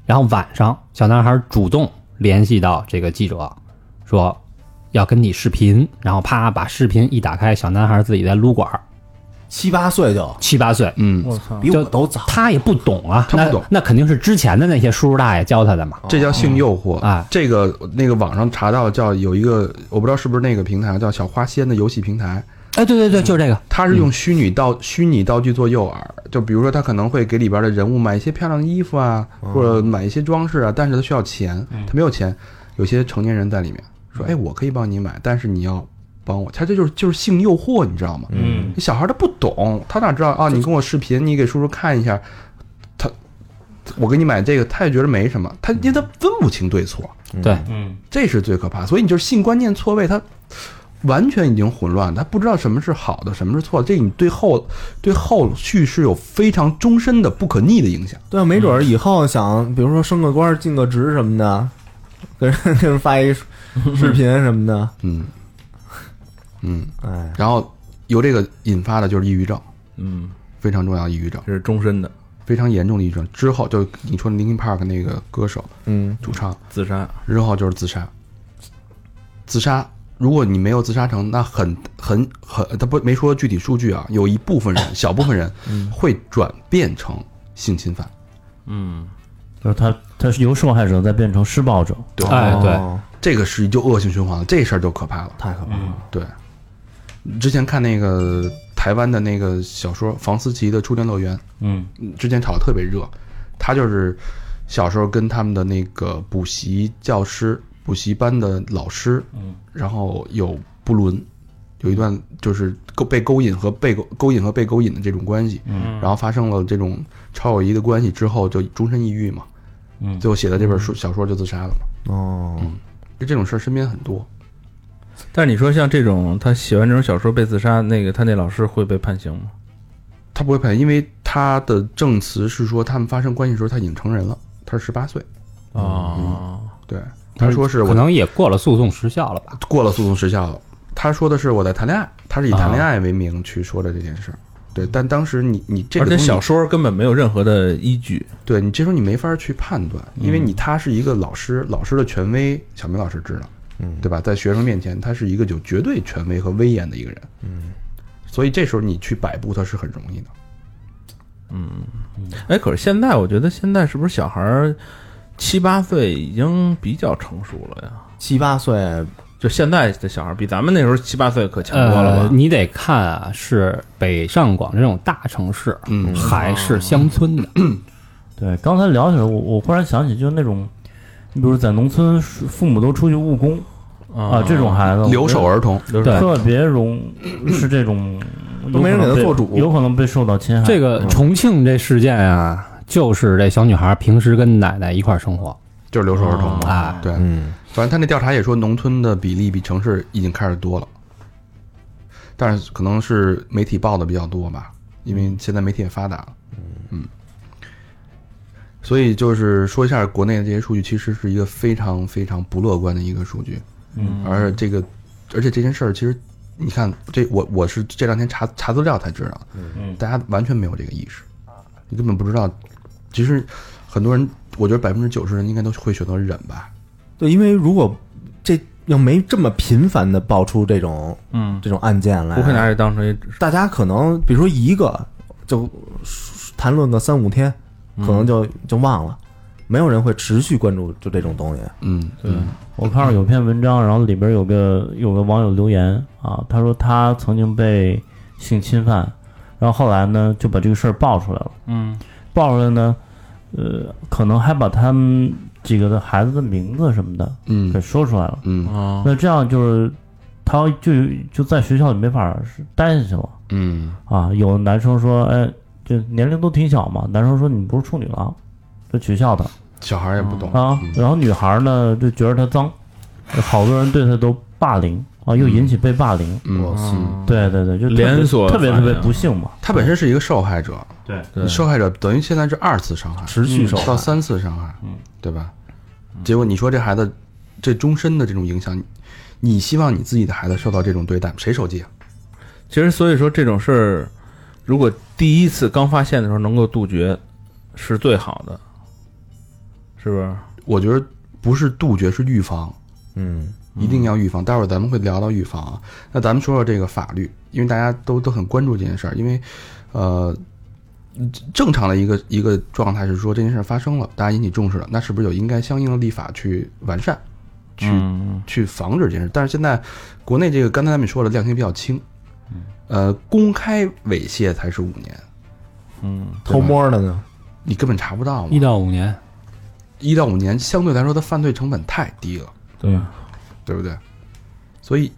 [SPEAKER 6] 然后晚上，小男孩儿主动联系到这个记者，说要跟你视频，然后啪把视频一打开，小男孩儿自己在撸管儿，
[SPEAKER 4] 七八岁就
[SPEAKER 6] 七八岁，
[SPEAKER 2] 嗯，
[SPEAKER 3] 我操，
[SPEAKER 4] 比我
[SPEAKER 6] 就
[SPEAKER 4] 都早，
[SPEAKER 6] 他也不懂啊，
[SPEAKER 2] 他不懂
[SPEAKER 6] 那那肯定是之前的那些叔叔大爷教他的嘛，
[SPEAKER 2] 这叫性诱惑
[SPEAKER 6] 哎
[SPEAKER 2] 这个那个网上查到叫有一个，我不知道是不是那个平台叫小花仙的游戏平台，
[SPEAKER 6] 哎，对对对，就是这个，
[SPEAKER 2] 它是用虚拟道、虚拟道具做诱饵，就比如说它可能会给里边的人物买一些漂亮的衣服啊，或者买一些装饰啊，但是它需要钱，它没有钱，有些成年人在里面说，哎，我可以帮你买，但是你要帮我，他这就是就是性诱惑，你知道吗？
[SPEAKER 5] 嗯，
[SPEAKER 2] 小孩他不懂，他哪知道啊？你跟我视频，你给叔叔看一下，他我给你买这个，他也觉得没什么，他因为他分不清对错，
[SPEAKER 6] 对，
[SPEAKER 5] 嗯，
[SPEAKER 2] 这是最可怕。所以你就是性观念错位，他完全已经混乱，他不知道什么是好的，什么是错的，这你对后对后续是有非常终身的不可逆的影响。
[SPEAKER 4] 对，没准儿以后想，比如说升个官儿、进个职什么的，跟人跟人发一视频什么的，
[SPEAKER 2] 嗯嗯，
[SPEAKER 4] 哎，
[SPEAKER 2] 然后由这个引发的就是抑郁症，
[SPEAKER 3] 嗯，
[SPEAKER 2] 非常重要的抑郁症，
[SPEAKER 3] 这是终身的
[SPEAKER 2] 非常严重的抑郁症。之后就你说 Linkin Park 那个歌手
[SPEAKER 4] 嗯，
[SPEAKER 2] 主唱。
[SPEAKER 3] 自杀。
[SPEAKER 2] 日后就是自杀。自杀，如果你没有自杀成，那很很很，他不没说具体数据啊，有一部分人，小部分人会转变成性侵犯。
[SPEAKER 3] 嗯，
[SPEAKER 5] 就是他他是由受害者再变成施暴者，
[SPEAKER 2] 对
[SPEAKER 6] 哎对
[SPEAKER 4] 哦
[SPEAKER 2] 这个是就恶性循环了，这事儿就可怕了。
[SPEAKER 4] 太可怕
[SPEAKER 5] 嗯
[SPEAKER 4] 了，
[SPEAKER 2] 对，之前看那个台湾的那个小说《房思琪的初恋乐园》，
[SPEAKER 5] 嗯
[SPEAKER 2] 之前炒得特别热，他就是小时候跟他们的那个补习教师、补习班的老师，
[SPEAKER 5] 嗯，
[SPEAKER 2] 然后有不伦，有一段就是勾被勾引和被勾勾引和被勾引的这种关系，
[SPEAKER 5] 嗯，
[SPEAKER 2] 然后发生了这种超友谊的关系之后，就终身抑郁嘛，
[SPEAKER 5] 嗯
[SPEAKER 2] 最后写的这本书小说就自杀了嘛，
[SPEAKER 4] 哦，
[SPEAKER 6] 嗯
[SPEAKER 2] 就这种事儿身边很多，
[SPEAKER 3] 但是你说像这种他写完这种小说被自杀，那个他那老师会被判刑吗？
[SPEAKER 2] 他不会判，因为他的证词是说他们发生关系的时候他已经成人了，他是十八岁，
[SPEAKER 3] 哦，
[SPEAKER 2] 对，他说是我
[SPEAKER 6] 呃可能也过了诉讼时效了吧？
[SPEAKER 2] 过了诉讼时效了。他说的是我在谈恋爱，他是以谈恋爱为名去说的这件事儿。对，但当时你你这个
[SPEAKER 3] 而且
[SPEAKER 2] 东西
[SPEAKER 3] 小说根本没有任何的依据。
[SPEAKER 2] 对你这时候你没法去判断，因为你他是一个老师，老师的权威，小明老师知道，
[SPEAKER 4] 嗯
[SPEAKER 2] 对吧？在学生面前，他是一个有绝对权威和威严的一个人，嗯，所以这时候你去摆布他是很容易的。
[SPEAKER 3] 哎，可是现在我觉得现在是不是小孩儿七八岁已经比较成熟了呀？
[SPEAKER 4] 七八岁，
[SPEAKER 3] 就现在的小孩儿比咱们那时候七八岁可强多了
[SPEAKER 6] 呃，
[SPEAKER 3] 吧？
[SPEAKER 6] 你得看啊，是北上广这种大城市，
[SPEAKER 2] 嗯
[SPEAKER 6] 还是乡村的？
[SPEAKER 5] 对，刚才聊起来，我我忽然想起，就是那种，你比如在农村，父母都出去务工啊，这种孩子我觉得
[SPEAKER 2] 留守儿童，
[SPEAKER 6] 对
[SPEAKER 5] 特 别容是这种，
[SPEAKER 4] 都没人给他
[SPEAKER 5] 有可能被
[SPEAKER 4] 做主
[SPEAKER 5] 有可能被受到侵害。
[SPEAKER 6] 这个
[SPEAKER 2] 嗯
[SPEAKER 6] 重庆这事件啊，就是这小女孩平时跟奶奶一块儿生活
[SPEAKER 2] 就是留守儿童嘛。
[SPEAKER 6] 啊，
[SPEAKER 2] 对，
[SPEAKER 4] 嗯，
[SPEAKER 2] 反正他那调查也说，农村的比例比城市已经开始多了，但是可能是媒体报的比较多吧，因为现在媒体也发达了，嗯所以就是说一下国内的这些数据，其实是一个非常非常不乐观的一个数据，
[SPEAKER 5] 嗯，
[SPEAKER 2] 而这个，而且这件事儿其实。你看，这我我是这两天查查资料才知道，
[SPEAKER 5] 嗯
[SPEAKER 2] 大家完全没有这个意识，你根本不知道。其实很多人，我觉得百分之九十人应该都会选择忍吧，
[SPEAKER 4] 对，因为如果这要没这么频繁的爆出这种
[SPEAKER 3] 嗯，
[SPEAKER 4] 这种案件来，
[SPEAKER 3] 不会拿这当成一
[SPEAKER 4] 大家可能比如说一个就。谈论个三五天，可能就就忘了，没有人会持续关注就这种东西。
[SPEAKER 2] 嗯，
[SPEAKER 3] 对，
[SPEAKER 5] 我看到有篇文章，然后里边有个有个网友留言啊，他说他曾经被性侵犯，然后后来呢就把这个事儿爆出来了，
[SPEAKER 3] 嗯
[SPEAKER 5] 爆出来呢，呃，可能还把他们几个的孩子的名字什么的给
[SPEAKER 2] 嗯
[SPEAKER 5] 说出来了。
[SPEAKER 2] 嗯
[SPEAKER 3] 啊，
[SPEAKER 5] 那这样就是他就就在学校里没法待下去了
[SPEAKER 2] 嗯
[SPEAKER 5] 啊。有男生说，哎，这年龄都挺小嘛，男生说你不是处女郎，这学校的。
[SPEAKER 2] 小孩儿也不懂
[SPEAKER 5] 啊，然后女孩呢就觉得他脏，好多人对他都霸凌啊，又引起被霸凌。
[SPEAKER 2] 嗯，
[SPEAKER 3] 嗯，
[SPEAKER 5] 对对对，就特别
[SPEAKER 3] 连锁
[SPEAKER 5] 特别特
[SPEAKER 3] 反应
[SPEAKER 5] 别不幸嘛。
[SPEAKER 2] 他本身是一个受害者，
[SPEAKER 5] 对
[SPEAKER 3] 对
[SPEAKER 2] 受害者等于现在是二次伤害，
[SPEAKER 4] 持续受害
[SPEAKER 2] 到三次伤害，
[SPEAKER 5] 嗯
[SPEAKER 2] 对吧？结果你说这孩子这终身的这种影响，你你希望你自己的孩子受到这种对待，谁受气啊？
[SPEAKER 3] 其实所以说这种事儿，如果第一次刚发现的时候能够杜绝，是最好的，是不是？
[SPEAKER 2] 我觉得不是杜绝，是预防，
[SPEAKER 4] 嗯，
[SPEAKER 2] 一定要预防。待会儿咱们会聊到预防啊。那咱们说说这个法律，因为大家都都很关注这件事儿，因为呃，正常的一个一个状态是说这件事儿发生了，大家引起重视了，那是不是有应该相应的立法去完善，去
[SPEAKER 3] 嗯
[SPEAKER 2] 去防止这件事？但是现在国内这个刚才咱们也说了，量刑比较轻，呃，公开猥亵才是五年，
[SPEAKER 3] 嗯，
[SPEAKER 4] 偷摸的呢，
[SPEAKER 2] 你根本查不到嘛，
[SPEAKER 6] 一到五年，
[SPEAKER 2] 一到五年，相对来说它犯罪成本太低了。
[SPEAKER 3] 对，
[SPEAKER 2] 对不对？所以，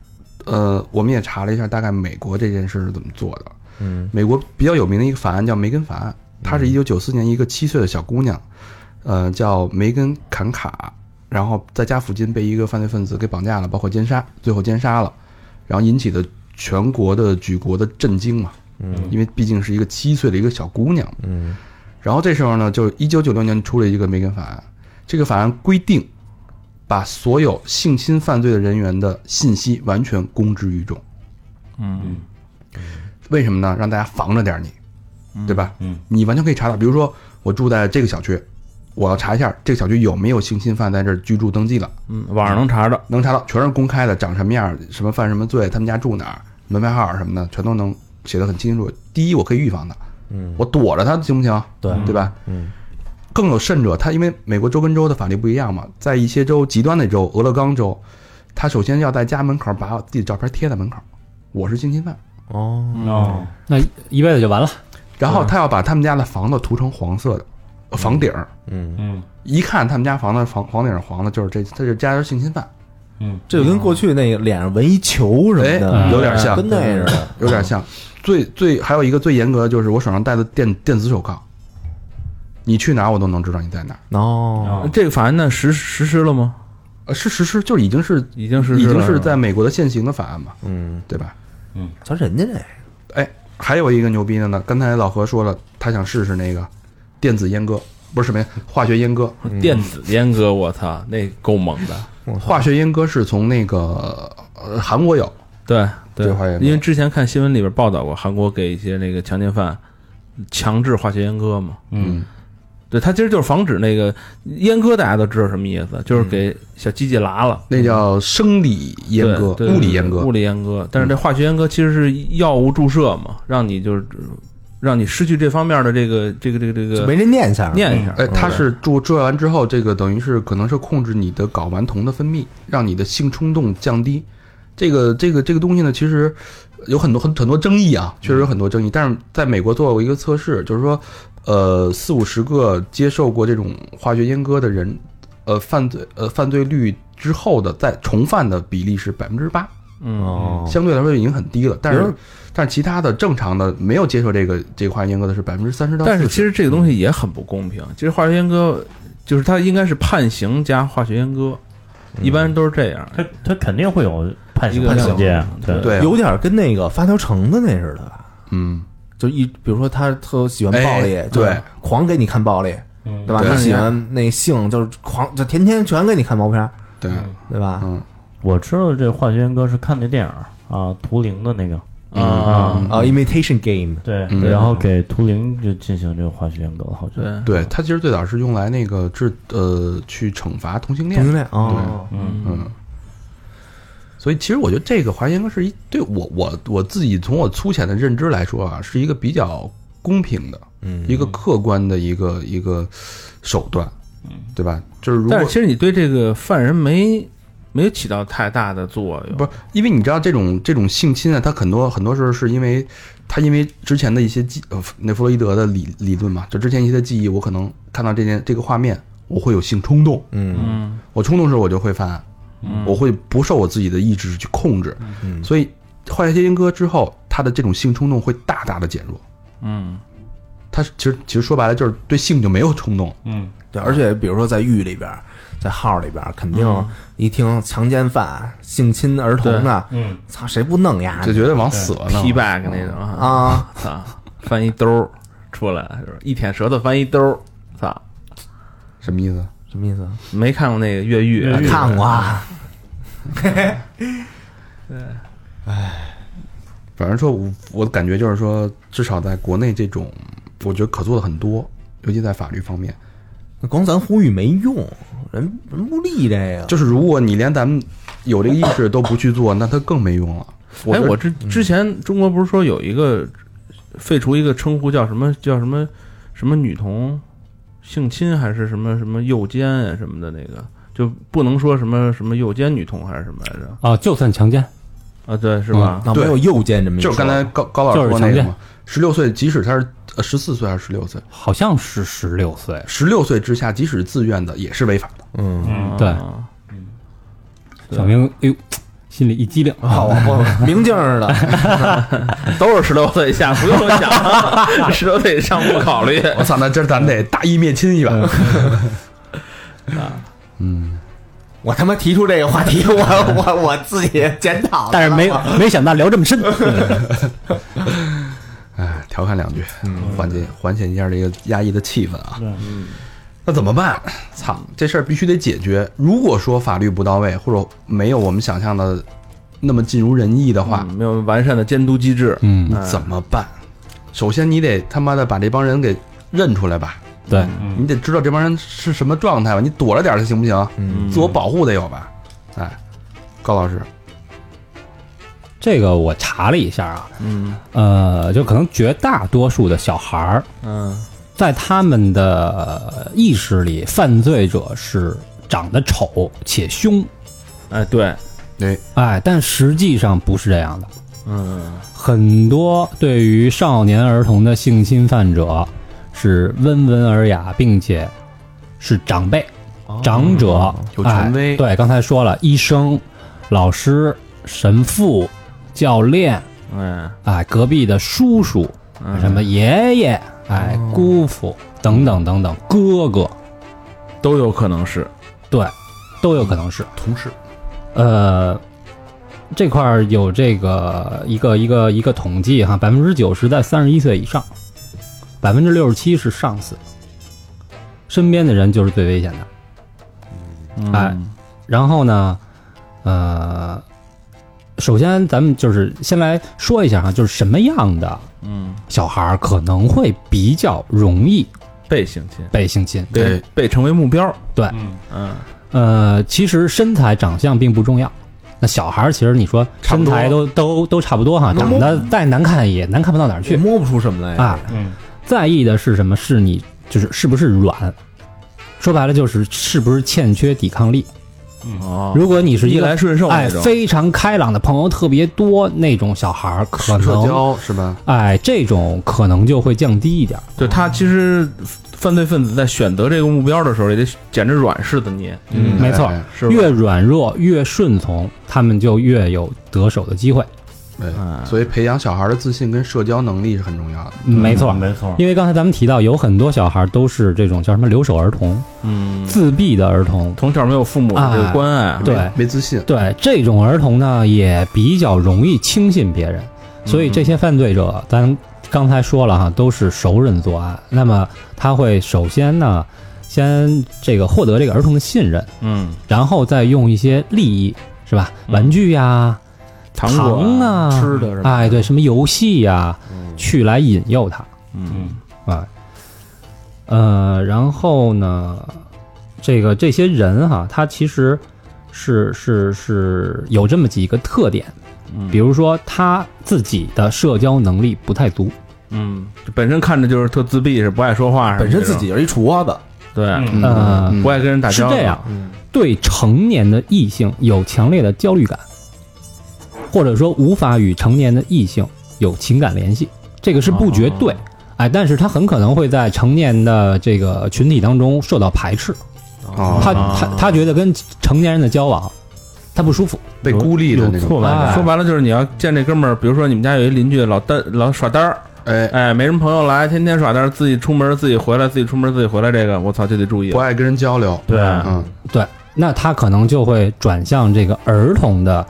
[SPEAKER 2] 呃，我们也查了一下，大概美国这件事是怎么做的。
[SPEAKER 4] 嗯，
[SPEAKER 2] 美国比较有名的一个法案叫梅根法案，它是一九九四年一个七岁的小姑娘，呃，叫梅根坎卡，然后在家附近被一个犯罪分子给绑架了，包括奸杀，最后奸杀了，然后引起的全国的举国的震惊嘛，嗯，因为毕竟是一个七岁的一个小姑娘，
[SPEAKER 4] 嗯，
[SPEAKER 2] 然后这时候呢，就一九九六年出了一个梅根法案，这个法案规定，把所有性侵犯罪的人员的信息完全公之于众。
[SPEAKER 3] 嗯
[SPEAKER 2] 为什么呢？让大家防着点儿你，对吧？
[SPEAKER 5] 嗯，
[SPEAKER 2] 你完全可以查到，比如说我住在这个小区，我要查一下这个小区有没有性侵犯在这儿居住登记了，
[SPEAKER 3] 嗯，网上能查着，
[SPEAKER 2] 能查到，全是公开的，长什么样，什么犯什么罪，他们家住哪儿，门牌号什么的，全都能写的很清楚。第一，我可以预防他，
[SPEAKER 4] 嗯，
[SPEAKER 2] 我躲着他行不行？
[SPEAKER 4] 对
[SPEAKER 2] 对吧？
[SPEAKER 4] 嗯，
[SPEAKER 2] 更有甚者，他因为美国州跟州的法律不一样嘛，在一些州极端的州，俄勒冈州，他首先要在家门口把我自己照片贴在门口，我是性侵犯，
[SPEAKER 4] 哦，
[SPEAKER 5] 哦，
[SPEAKER 6] 那一辈子就完了。
[SPEAKER 2] 然后他要把他们家的房子涂成黄色的，呃房顶儿，
[SPEAKER 4] 嗯，
[SPEAKER 5] 嗯
[SPEAKER 2] 一看他们家房子房房顶上黄的，就是这他这家人性侵犯，
[SPEAKER 5] 嗯，
[SPEAKER 4] 这就跟过去那个脸上纹一球什么
[SPEAKER 2] 哎
[SPEAKER 4] 的，
[SPEAKER 2] 有点像
[SPEAKER 4] 跟那似的。
[SPEAKER 2] 有点像。最最还有一个最严格的就是我手上戴的电电子手铐，你去哪儿我都能知道你在哪儿。
[SPEAKER 4] 哦，
[SPEAKER 2] 啊
[SPEAKER 3] 这个法案呢实实施了吗？
[SPEAKER 2] 呃，是实施，就是已经是
[SPEAKER 3] 已经实施
[SPEAKER 2] 已
[SPEAKER 3] 了，
[SPEAKER 2] 经是
[SPEAKER 3] 吧
[SPEAKER 2] 在美国的现行的法案嘛，
[SPEAKER 4] 嗯，
[SPEAKER 2] 对吧？
[SPEAKER 4] 瞧人家这，
[SPEAKER 2] 哎，还有一个牛逼的呢，刚才老何说了，他想试试那个电子阉割，不是什么呀，化学阉割。
[SPEAKER 3] 电子阉割，我操，那够猛的。
[SPEAKER 2] 化学阉割是从那个呃韩国有，
[SPEAKER 3] 对
[SPEAKER 2] 对化学阉割
[SPEAKER 3] 因为之前看新闻里边报道过，韩国给一些那个强奸犯强制化学阉割嘛。
[SPEAKER 2] 嗯，
[SPEAKER 3] 对他其实就是防止那个阉割，大家都知道什么意思，就是给小鸡鸡拉了，
[SPEAKER 2] 嗯那叫生理阉割，
[SPEAKER 3] 对对
[SPEAKER 2] 物理阉割嗯
[SPEAKER 3] 物。理阉割。但是这化学阉割其实是药物注射嘛，让你就是让你失去这方面的这个这个这个这
[SPEAKER 4] 就
[SPEAKER 3] 个
[SPEAKER 4] 没这念嗯想。
[SPEAKER 3] 念想。
[SPEAKER 2] 哎，它是注注射完之后，这个等于是可能是控制你的睾丸酮的分泌，让你的性冲动降低。这个这个这个东西呢，其实有很多很很多争议啊，确实有很多争议。但是在美国做过一个测试，就是说，呃，四五十个接受过这种化学阉割的人，呃，犯罪呃犯罪率之后的再重犯的比例是百分之八，
[SPEAKER 3] 嗯，
[SPEAKER 4] 哦，
[SPEAKER 2] 相对来说已经很低了。但
[SPEAKER 4] 比
[SPEAKER 2] 是
[SPEAKER 4] 如
[SPEAKER 2] 但是其他的正常的没有接受这个这个化学阉割的是百分之三十到40，
[SPEAKER 3] 但是其实这个东西也很不公
[SPEAKER 2] 嗯
[SPEAKER 3] 平。其实化学阉割就是它应该是判刑加化学阉割，
[SPEAKER 2] 嗯
[SPEAKER 3] 一般都是这样。
[SPEAKER 5] 他他肯定会有判刑
[SPEAKER 3] 一个
[SPEAKER 5] 的
[SPEAKER 3] 判
[SPEAKER 5] 条件，
[SPEAKER 3] 对
[SPEAKER 2] 对啊
[SPEAKER 4] 有点跟那个发条橙子那似的，
[SPEAKER 2] 嗯。
[SPEAKER 4] 就一比如说他特喜欢暴力
[SPEAKER 2] 哎，
[SPEAKER 4] 就
[SPEAKER 2] 对，
[SPEAKER 4] 狂给你看暴力，
[SPEAKER 5] 嗯
[SPEAKER 4] 对吧？
[SPEAKER 2] 对
[SPEAKER 4] 他喜欢那性就是狂，就天天全给你看毛片儿，
[SPEAKER 2] 对，
[SPEAKER 4] 对吧？
[SPEAKER 2] 嗯，
[SPEAKER 5] 我知道这化学阉割是看那电影啊，图灵的那个
[SPEAKER 3] 啊，
[SPEAKER 4] 啊，imitation game，
[SPEAKER 5] 对
[SPEAKER 2] 嗯，
[SPEAKER 5] 然后给图灵就进行这个化学阉割了，好像
[SPEAKER 3] 对。
[SPEAKER 2] 对，它其实最早是用来那个治呃去惩罚同性
[SPEAKER 4] 同
[SPEAKER 2] 恋
[SPEAKER 4] 性，恋哦，
[SPEAKER 2] 嗯。所以其实我觉得这个华严哥是一对我我我自己从我粗浅的认知来说啊，是一个比较公平的，
[SPEAKER 4] 嗯
[SPEAKER 2] 一个客观的一个一个手段，对吧？就是如
[SPEAKER 3] 但
[SPEAKER 2] 果
[SPEAKER 3] 是其实你对这个犯人没没起到太大的作用，
[SPEAKER 2] 不是，因为你知道这种这种性侵啊，它很多很多时候是因为他因为之前的一些记呃那弗洛伊德的理理论嘛，就之前一些的记忆，我可能看到这件这个画面，我会有性冲动，
[SPEAKER 4] 嗯
[SPEAKER 3] 嗯，
[SPEAKER 2] 我冲动时候我就会犯案，
[SPEAKER 3] 嗯
[SPEAKER 2] 我会不受我自己的意志去控制，
[SPEAKER 4] 嗯
[SPEAKER 2] 所以换下切切歌之后，他的这种性冲动会大大的减弱。
[SPEAKER 3] 嗯
[SPEAKER 2] 他是其实其实说白了就是对性就没有冲动了，
[SPEAKER 5] 嗯，
[SPEAKER 4] 对，而且比如说在狱里边儿，在号里边儿，肯定一听强奸犯、性侵儿童的，
[SPEAKER 5] 嗯，
[SPEAKER 4] 操，谁不弄呀？
[SPEAKER 2] 就觉得往死了
[SPEAKER 3] ，P
[SPEAKER 2] 弄。
[SPEAKER 3] back 那种啊，
[SPEAKER 4] 啊，
[SPEAKER 3] 操，翻一兜儿出来，就是一舔舌头翻一兜儿，操，
[SPEAKER 2] 什么意思？
[SPEAKER 4] 什么意思？
[SPEAKER 3] 没看过那个越狱，
[SPEAKER 5] 越狱
[SPEAKER 4] 看过啊，
[SPEAKER 2] 反正说我我感觉就是说，至少在国内这种，我觉得可做的很多，尤其在法律方面。
[SPEAKER 4] 那光咱呼吁没用，人人不立这个。
[SPEAKER 2] 就是如果你连咱们有这个意识都不去做，那它更没用了。觉
[SPEAKER 3] 哎，
[SPEAKER 2] 得
[SPEAKER 3] 我之之前中国不是说有一个废除一个称呼叫什么叫什么什么女童性侵还是什么什么诱奸啊什么的那个，就不能说什么什么诱奸女童还是什么来着？
[SPEAKER 6] 啊，就算强奸，
[SPEAKER 3] 啊，对，是吧？
[SPEAKER 4] 嗯那没有右肩这么一
[SPEAKER 2] 嗯就是
[SPEAKER 4] 说
[SPEAKER 2] 刚才高高老师说
[SPEAKER 6] 就
[SPEAKER 2] 那
[SPEAKER 6] 是强
[SPEAKER 2] 个
[SPEAKER 6] 奸
[SPEAKER 2] 嘛，十六岁，即使他是呃十四岁还是十六岁，
[SPEAKER 6] 好像是十六岁，
[SPEAKER 2] 十六岁之下，即使自愿的也是违法的。
[SPEAKER 4] 嗯，
[SPEAKER 2] 哦
[SPEAKER 3] 啊
[SPEAKER 6] 对小明，哎呦，心里一激灵，
[SPEAKER 4] 好，哦 我明镜儿的，
[SPEAKER 3] 都是十六岁以下，不用 想，十六岁以上不考虑。
[SPEAKER 2] 我操，那这咱得大义灭亲一把。
[SPEAKER 4] 我他妈提出这个话题，我我我自己检讨了，
[SPEAKER 6] 但是没哎
[SPEAKER 2] 啊
[SPEAKER 6] 没想到聊这么
[SPEAKER 2] 嗯
[SPEAKER 6] 深，
[SPEAKER 2] 哎，调侃两句，缓解缓解一下这个压抑的气氛啊。
[SPEAKER 5] 对
[SPEAKER 2] 那怎么办？操，这事儿必须得解决。如果说法律不到位，或者没有我们想象的那么尽如人意的话，
[SPEAKER 3] 嗯没有完善的监督机制，
[SPEAKER 6] 嗯
[SPEAKER 2] 你，怎么办？首先，你得他妈的把这帮人给认出来吧，
[SPEAKER 6] 对，
[SPEAKER 2] 你得知道这帮人是什么状态吧，你躲着点儿行不行？
[SPEAKER 4] 嗯
[SPEAKER 2] 自我保护得有吧？哎，高老师，
[SPEAKER 6] 这个我查了一下啊，
[SPEAKER 3] 嗯
[SPEAKER 6] 呃，就可能绝大多数的小孩儿，
[SPEAKER 3] 嗯
[SPEAKER 6] 在他们的意识里，犯罪者是长得丑且凶，
[SPEAKER 3] 哎，对，
[SPEAKER 6] 哎，但实际上不是这样的。
[SPEAKER 3] 嗯
[SPEAKER 6] 很多对于少年儿童的性侵犯者是温文尔雅，并且是长辈、长者、
[SPEAKER 2] 哦有权威
[SPEAKER 6] 哎对，刚才说了，医生、老师、神父、教练，
[SPEAKER 3] 哎，
[SPEAKER 6] 哎，隔壁的叔叔、
[SPEAKER 3] 嗯
[SPEAKER 6] 什么爷爷，哎，
[SPEAKER 2] 哦
[SPEAKER 6] 姑父等等等等，哥哥，
[SPEAKER 3] 都有可能是，
[SPEAKER 6] 对，都有可能是。
[SPEAKER 2] 同事，
[SPEAKER 6] 呃，这块儿有这个一个一个一个统计哈，百分之九十在三十一岁以上，百分之六十七是上司，身边的人就是最危险的。
[SPEAKER 3] 嗯
[SPEAKER 6] 哎，然后呢，呃，首先咱们就是先来说一下哈，就是什么样的
[SPEAKER 3] 嗯，
[SPEAKER 6] 小孩儿可能会比较容易
[SPEAKER 3] 被性侵，
[SPEAKER 6] 被性侵。
[SPEAKER 3] 被被成为目标，
[SPEAKER 6] 对，
[SPEAKER 3] 嗯，
[SPEAKER 6] 呃，其实身材长相并不重要。那小孩儿其实你说
[SPEAKER 2] 差不
[SPEAKER 6] 身
[SPEAKER 2] 多
[SPEAKER 6] 材都都都差不多哈，长得再难看也难看不到哪儿
[SPEAKER 4] 去
[SPEAKER 6] 去
[SPEAKER 4] 摸不出什么来
[SPEAKER 6] 啊。。
[SPEAKER 5] 嗯，
[SPEAKER 6] 在意的是什么？是你就是是不是软？说白了就是是不是欠缺抵抗力。
[SPEAKER 3] 哦，
[SPEAKER 6] 嗯如果你是一
[SPEAKER 3] 逆
[SPEAKER 6] 个
[SPEAKER 3] 来顺受
[SPEAKER 6] 哎
[SPEAKER 3] 那种，
[SPEAKER 6] 非常开朗的朋友特别多那种小孩儿，可
[SPEAKER 2] 社
[SPEAKER 6] 能
[SPEAKER 2] 交是吧？
[SPEAKER 6] 哎这种可能就会降低一点儿。
[SPEAKER 3] 对他其实犯罪分子在选择这个目标的时候，也得简直软柿子捏，
[SPEAKER 2] 嗯
[SPEAKER 6] 没错
[SPEAKER 2] 哎
[SPEAKER 3] 是吧？
[SPEAKER 6] 越软弱越顺从，他们就越有得手的机会。
[SPEAKER 2] 哎所以培养小孩的自信跟社交能力是很重要的。
[SPEAKER 6] 没错，
[SPEAKER 5] 嗯没错，
[SPEAKER 6] 因为刚才咱们提到，有很多小孩都是这种叫什么留守儿童、
[SPEAKER 3] 嗯，
[SPEAKER 6] 自闭的儿童。
[SPEAKER 3] 从小没有父母的这个
[SPEAKER 6] 哎
[SPEAKER 3] 关爱，
[SPEAKER 6] 对
[SPEAKER 2] 没自信，
[SPEAKER 6] 对，这种儿童呢，也比较容易轻信别人，所以这些犯罪者，咱刚才说了哈，都是熟人作案。那么他会首先呢，先这个获得这个儿童的信任，
[SPEAKER 3] 嗯，
[SPEAKER 6] 然后再用一些利益，是吧？玩具啊呀、
[SPEAKER 3] 糖果
[SPEAKER 6] 糖啊
[SPEAKER 3] 吃的什么，
[SPEAKER 6] 哎，对，什么游戏呀、去来引诱他。
[SPEAKER 3] 嗯
[SPEAKER 6] 啊，呃，然后呢，这个这些人哈、他其实是是是有
[SPEAKER 3] 嗯
[SPEAKER 6] 这么几个特点，比如说他自己的社交能力不太足，
[SPEAKER 3] 嗯，就本身看着就是特自闭，是不爱说话什么
[SPEAKER 4] 本
[SPEAKER 3] 这种，
[SPEAKER 4] 身自己就是一杵窝子，
[SPEAKER 3] 对，
[SPEAKER 5] 嗯
[SPEAKER 6] 呃，
[SPEAKER 3] 不爱跟人打
[SPEAKER 6] 是
[SPEAKER 3] 交道。
[SPEAKER 6] 这样，
[SPEAKER 4] 嗯，
[SPEAKER 6] 对成年的异性有强烈的焦虑感，或者说无法与成年的异性有情感联系，这个是不
[SPEAKER 2] 哦
[SPEAKER 6] 绝对。哎，但是他很可能会在成年的这个群体当中受到排斥，
[SPEAKER 2] 哦
[SPEAKER 6] 他他他觉得跟成年人的交往，他不舒服。
[SPEAKER 2] 被孤立的
[SPEAKER 5] 有
[SPEAKER 2] 那种，
[SPEAKER 5] 挫败
[SPEAKER 6] 哎
[SPEAKER 5] 感。
[SPEAKER 3] 说白了就是你要见这哥们儿，比如说你们家有一邻居老单老耍单儿，
[SPEAKER 2] 哎，
[SPEAKER 3] 哎，没什么朋友来，天天耍单儿，自己出门自己回来，自己出门自己回来，这个我操就得注意
[SPEAKER 2] 不。爱跟人交流，
[SPEAKER 5] 对
[SPEAKER 2] 嗯，
[SPEAKER 6] 那他可能就会转向这个儿童的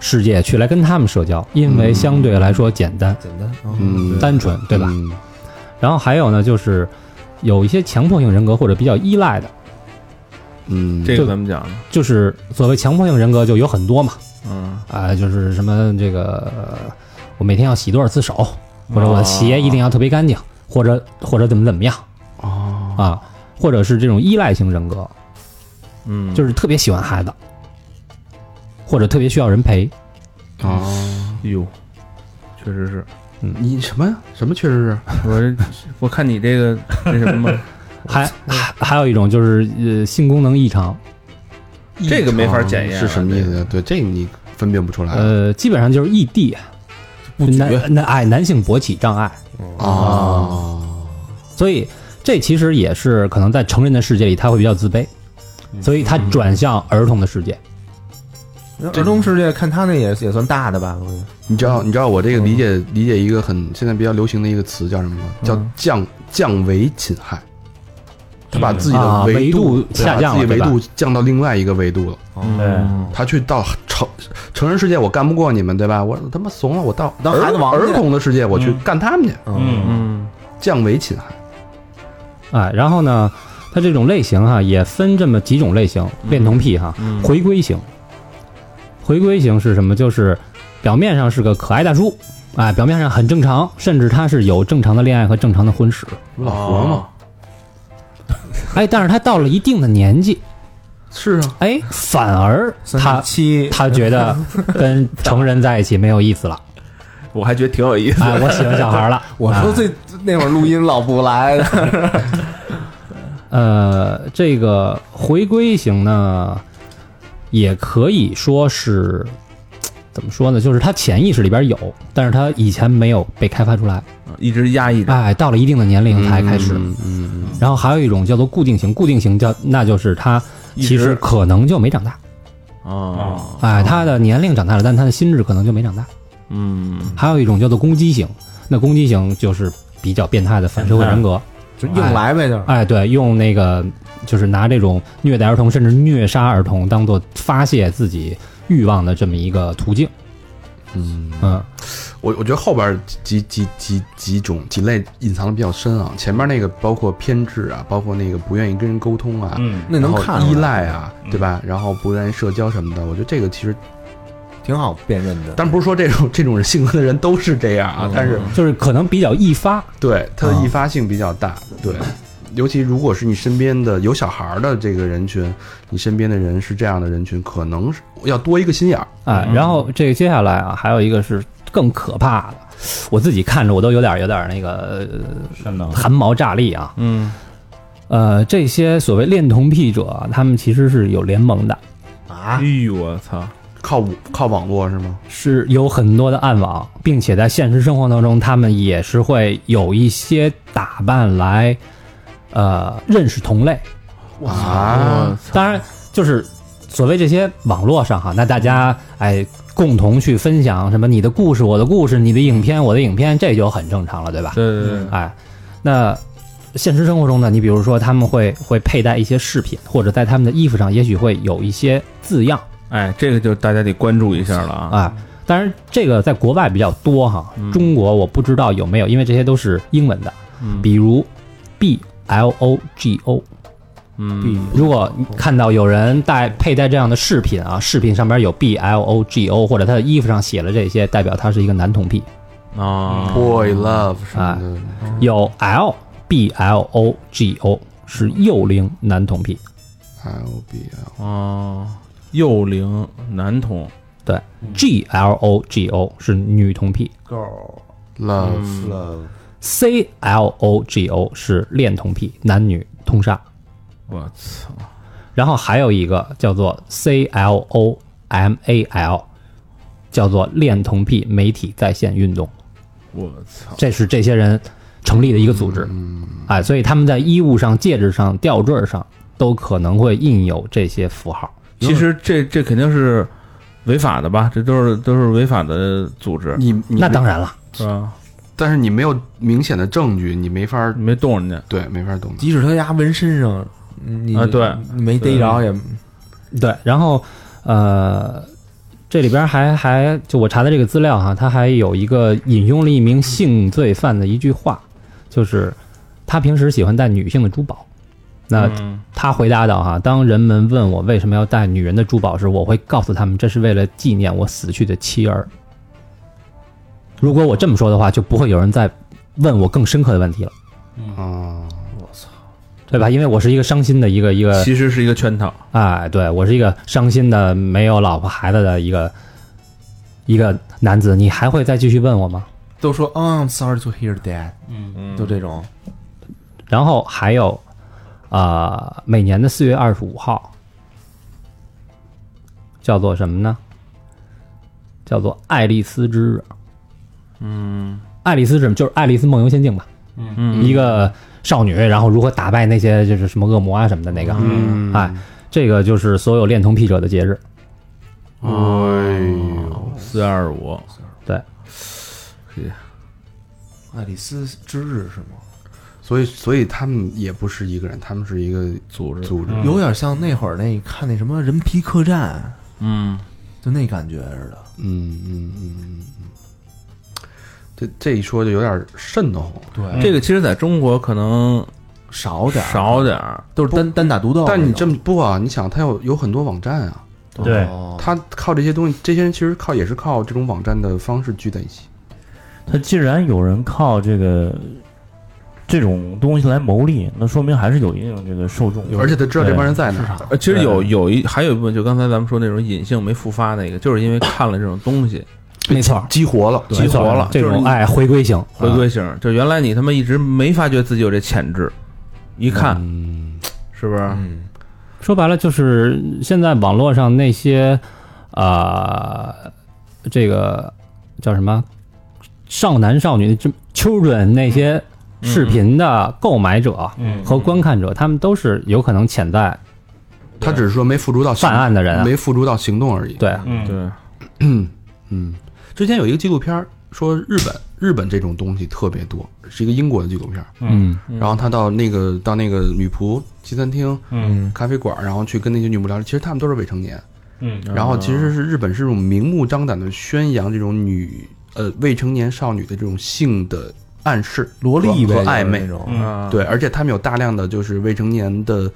[SPEAKER 6] 世界去来跟他们社交，因为相对来说简单、
[SPEAKER 4] 简单，
[SPEAKER 2] 嗯
[SPEAKER 6] 单纯，对吧？
[SPEAKER 2] 嗯
[SPEAKER 6] 然后还有呢，就是有一些强迫性人格或者比较依赖的，
[SPEAKER 2] 嗯，
[SPEAKER 3] 这
[SPEAKER 6] 就
[SPEAKER 3] 个怎么讲呢？
[SPEAKER 6] 就是所谓强迫性人格就有很多嘛，
[SPEAKER 3] 嗯，
[SPEAKER 6] 啊、就是什么这个呃我每天要洗多少次手，或者我的鞋一定要特别干净，或者或者怎么怎么样
[SPEAKER 2] 哦，
[SPEAKER 6] 啊，或者是这种依赖型人格，
[SPEAKER 3] 嗯，
[SPEAKER 6] 就是特别喜欢孩子，或者特别需要人陪。
[SPEAKER 2] 哦，
[SPEAKER 3] 哟，确实是
[SPEAKER 2] 你什么呀？什么确实
[SPEAKER 3] 我这我看你这个那什么，
[SPEAKER 6] 还还还有一种就是呃性功能异常，
[SPEAKER 2] 是
[SPEAKER 3] 这个没法检验啊
[SPEAKER 2] 是什么意思呀？对，这个你分辨不出来
[SPEAKER 6] 呃，基本上就是异地，男男哎男性勃起障碍，
[SPEAKER 2] 啊哦，
[SPEAKER 6] 所以这其实也是可能在成人的世界里他会比较自卑，
[SPEAKER 4] 嗯
[SPEAKER 6] 所以他转向儿童的世界。
[SPEAKER 4] 儿童世界看他那也也算大的吧，我觉得
[SPEAKER 2] 你知道你知道我这个理解理解一个很现在比较流行的一个词叫什么吗？叫降降维侵害。他把自己的
[SPEAKER 6] 啊
[SPEAKER 2] 维
[SPEAKER 6] 维度
[SPEAKER 2] 对
[SPEAKER 6] 下
[SPEAKER 2] 把
[SPEAKER 6] 降
[SPEAKER 2] 自己
[SPEAKER 6] 了
[SPEAKER 2] 维
[SPEAKER 6] 对吧
[SPEAKER 2] 度降到另外一个维度了。
[SPEAKER 5] 对
[SPEAKER 2] 他去到成成人世界，我干不过你们，对吧？我他妈怂了，我到
[SPEAKER 4] 当孩子王去
[SPEAKER 2] 儿童的世界，我去
[SPEAKER 5] 嗯
[SPEAKER 2] 干他们去，
[SPEAKER 5] 嗯，
[SPEAKER 3] 嗯
[SPEAKER 2] 降维侵害。
[SPEAKER 6] 哎，然后呢，它这种类型哈、也分这么几种类型，恋童癖哈、
[SPEAKER 3] 嗯
[SPEAKER 6] 回归型。回归型是什么？就是表面上是个可爱大叔，哎，表面上很正常，甚至他是有正常的恋爱和正常 的婚史，
[SPEAKER 2] 老何
[SPEAKER 6] 哦
[SPEAKER 2] 嘛，
[SPEAKER 6] 哎，但是他到了一定的年纪，
[SPEAKER 2] 是啊，
[SPEAKER 6] 哎，反而
[SPEAKER 4] 三
[SPEAKER 6] 他
[SPEAKER 4] 七
[SPEAKER 6] 他觉得跟成人在一起没有意思了，
[SPEAKER 3] 我还觉得挺有意思。
[SPEAKER 6] 哎，我喜欢小孩了。
[SPEAKER 4] 我说最那会儿录音老不来的，
[SPEAKER 6] 呃，这个回归型呢，也可以说是怎么说呢？就是他潜意识里边有，但是他以前没有被开发出来。
[SPEAKER 3] 一直压抑着。
[SPEAKER 6] 哎，到了一定的年龄才开始。
[SPEAKER 2] 嗯嗯嗯
[SPEAKER 6] 然后还有一种叫做固定型，固定型叫那就是他
[SPEAKER 3] 一直
[SPEAKER 6] 其实可能就没长大。
[SPEAKER 3] 哦，
[SPEAKER 4] 啊
[SPEAKER 6] 哎，他的年龄长大了，但他的心智可能就没长大。
[SPEAKER 3] 嗯，
[SPEAKER 6] 还有一种叫做攻击型，那攻击型就是比较变态的反社会人格。
[SPEAKER 4] 嗯就硬来呗，就是
[SPEAKER 6] 哎，对，用那个就是拿这种虐待儿童甚至虐杀儿童当做发泄自己欲望的这么一个途径。
[SPEAKER 2] 嗯，
[SPEAKER 6] 嗯，
[SPEAKER 2] 我我觉得后边几几几几种几类隐藏的比较深啊，前面那个包括偏执啊，包括那个不愿意跟人沟通啊，
[SPEAKER 5] 嗯，
[SPEAKER 4] 那能
[SPEAKER 2] 然后
[SPEAKER 4] 看
[SPEAKER 2] 依
[SPEAKER 4] 出来
[SPEAKER 2] 赖啊，对吧？然后不愿意社交什么的，我觉得这个其实，
[SPEAKER 4] 挺好辨认的。
[SPEAKER 2] 当然不是说这种这种性格的人都是这样
[SPEAKER 4] 嗯
[SPEAKER 2] 啊，但是
[SPEAKER 6] 就是可能比较易发。
[SPEAKER 2] 对它的易发性比较大，对。
[SPEAKER 4] 嗯
[SPEAKER 2] 尤其如果是你身边的有小孩儿的这个人群，你身边的人是这样的人群，可能是要多一个心眼儿。
[SPEAKER 6] 哎，
[SPEAKER 4] 嗯
[SPEAKER 6] 然后这个接下来啊，还有一个是更可怕的，我自己看着我都有点有点那个
[SPEAKER 5] 是呢
[SPEAKER 6] 呃，汗毛炸裂啊。
[SPEAKER 3] 嗯，
[SPEAKER 6] 呃，这些所谓恋童癖者啊，他们其实是有联盟的，
[SPEAKER 4] 啊
[SPEAKER 3] 哎，呦我操，
[SPEAKER 2] 靠靠网络是吗？
[SPEAKER 6] 是有很多的暗网，并且在现实生活当中，他们也是会有一些打扮来，呃，认识同类。
[SPEAKER 2] 啊，
[SPEAKER 6] 当然，就是所谓这些网络上哈，那大家哎共同去分享什么你的故事、我的故事、你的影片、我的影片，这就很正常了，对吧？
[SPEAKER 3] 对对对，
[SPEAKER 6] 哎，那现实生活中呢，你比如说他们会会佩戴一些饰品，或者在他们的衣服上，也许会有一些字样。
[SPEAKER 3] 哎，这个就大家得关注一下了啊。
[SPEAKER 6] 啊。当然，这个在国外比较多哈，中国我不知道有没有，因为这些都是英文的，比如 B L O G O。
[SPEAKER 3] 嗯，
[SPEAKER 6] 如果你看到有人戴佩戴这样的饰品啊，饰品上面有 B L O G O，或者他的衣服上写了这些，代表他是一个男童癖。
[SPEAKER 3] 啊，
[SPEAKER 2] boy love 什么的，
[SPEAKER 6] 有 L B L O G O 是幼龄男童癖，
[SPEAKER 4] 哎
[SPEAKER 2] L B L
[SPEAKER 3] 哦，幼龄男童，
[SPEAKER 6] 对，G L O G O 是女童癖。
[SPEAKER 4] 够
[SPEAKER 2] love，
[SPEAKER 6] C L O G O 是恋童癖，男女通杀。
[SPEAKER 3] 我操，
[SPEAKER 6] 然后还有一个叫做 C L O M A L，叫做恋童癖媒体在线运动，
[SPEAKER 3] 我操，
[SPEAKER 6] 这是这些人成立的一个组织。哎，所以他们在衣物上、戒指上、吊坠上都可能会印有这些符号。
[SPEAKER 4] 嗯
[SPEAKER 3] 其实这这肯定是违法的吧？这都是都是违法的组织，
[SPEAKER 2] 你你
[SPEAKER 6] 那当然了，
[SPEAKER 3] 是吧？
[SPEAKER 2] 但是你没有明显的证据，你没法儿
[SPEAKER 3] 你没动人家，
[SPEAKER 2] 对，没法儿动。
[SPEAKER 4] 即使他压纹身上，你
[SPEAKER 3] 啊对
[SPEAKER 4] 你没逮着也
[SPEAKER 6] 对，然后呃，这里边还还就我查的这个资料哈，他还有一个引用了一名性罪犯的一句话，就是他平时喜欢戴女性的珠宝。那
[SPEAKER 3] 嗯
[SPEAKER 6] 他回答道：“哈，当人们问我为什么要戴女人的珠宝时，我会告诉他们，这是为了纪念我死去的妻儿。如果我这么说的话，就不会有人再问我更深刻的问题了，
[SPEAKER 2] 啊，
[SPEAKER 6] 对吧？因为我是一个伤心的一个一个
[SPEAKER 3] 其实是一个圈套，
[SPEAKER 6] 哎，对我是一个伤心的、没有老婆孩子的一个一个男子，你还会再继续问我吗？
[SPEAKER 4] 都说嗯、i sorry to hear that，
[SPEAKER 3] 嗯
[SPEAKER 4] 就这种
[SPEAKER 6] 然后还有，呃，每年的四月二十五号，叫做什么呢？叫做爱丽丝之日。嗯，爱丽丝之日就是《爱丽丝梦游仙境》吧？嗯，一个少女，然后如何打败那些就是什么恶魔啊什么的那个。嗯，哎，这个就是所有恋童癖者的节日。
[SPEAKER 2] 哎呦，
[SPEAKER 3] 四二五，
[SPEAKER 6] 对，
[SPEAKER 4] 爱丽丝之日是吗？
[SPEAKER 2] 所以所以他们也不是一个人，他们是一个
[SPEAKER 3] 组织，
[SPEAKER 2] 组织。嗯
[SPEAKER 4] 有点像那会儿那看那什么人皮客栈，
[SPEAKER 3] 嗯，
[SPEAKER 4] 就那感觉似的。
[SPEAKER 2] 嗯嗯嗯嗯嗯，这这一说就有点瘆得慌。
[SPEAKER 4] 对，
[SPEAKER 3] 这个其实在中国可能
[SPEAKER 4] 嗯少点儿
[SPEAKER 3] 少点儿，
[SPEAKER 4] 都是单单打独斗那种。
[SPEAKER 2] 但你这么不啊？你想，他有有很多网站啊，
[SPEAKER 5] 对
[SPEAKER 4] 哦
[SPEAKER 2] 他靠这些东西，这些人其实靠也是靠这种网站的方式聚在一起。
[SPEAKER 5] 他既然有人靠这个这种东西来牟利，那说明还是有一定这个受众。
[SPEAKER 2] 而且他知道这帮人在哪
[SPEAKER 6] 啊
[SPEAKER 2] 儿，
[SPEAKER 3] 呃，其实有有一还有一部分，就刚才咱们说那种隐性没复发那个，就是因为看了这种东西，
[SPEAKER 6] 没错，
[SPEAKER 2] 激活了。
[SPEAKER 3] 激活了，
[SPEAKER 6] 这
[SPEAKER 3] 就是
[SPEAKER 6] 种
[SPEAKER 3] 你
[SPEAKER 6] 爱回归啊型，
[SPEAKER 3] 回
[SPEAKER 4] 啊
[SPEAKER 3] 归型，就原来你他妈一直没发觉自己有这潜质，一看是不是？
[SPEAKER 4] 嗯，
[SPEAKER 6] 说白了就是现在网络上那些，啊、这个叫什么少男少女这 children 那
[SPEAKER 3] 嗯
[SPEAKER 6] 些视频的购买者和观看者，他们都是有可能潜在
[SPEAKER 2] 他只是说没付诸到行
[SPEAKER 6] 犯案的人啊
[SPEAKER 2] 没付诸到行动而已。，
[SPEAKER 6] 对
[SPEAKER 5] 嗯，
[SPEAKER 3] 对，
[SPEAKER 2] 嗯，之前有一个纪录片儿说日本日本这种东西特别多，是一个英国的纪录片儿。
[SPEAKER 6] 嗯
[SPEAKER 3] 嗯
[SPEAKER 2] 然后他到那个到那个女仆西餐厅、
[SPEAKER 5] 嗯
[SPEAKER 2] 咖啡馆儿，然后去跟那些女仆聊天，其实他们都是未成年。
[SPEAKER 5] 嗯，
[SPEAKER 2] 然后其实是日本是这种明目张胆的宣扬这种女呃未成年少女的这种性的暗示，
[SPEAKER 4] 萝莉
[SPEAKER 2] 和
[SPEAKER 4] 呗
[SPEAKER 2] 和暧
[SPEAKER 4] 就是
[SPEAKER 2] 昧
[SPEAKER 4] 那种。
[SPEAKER 3] 啊，
[SPEAKER 2] 对，而且他们有大量的就是未成年的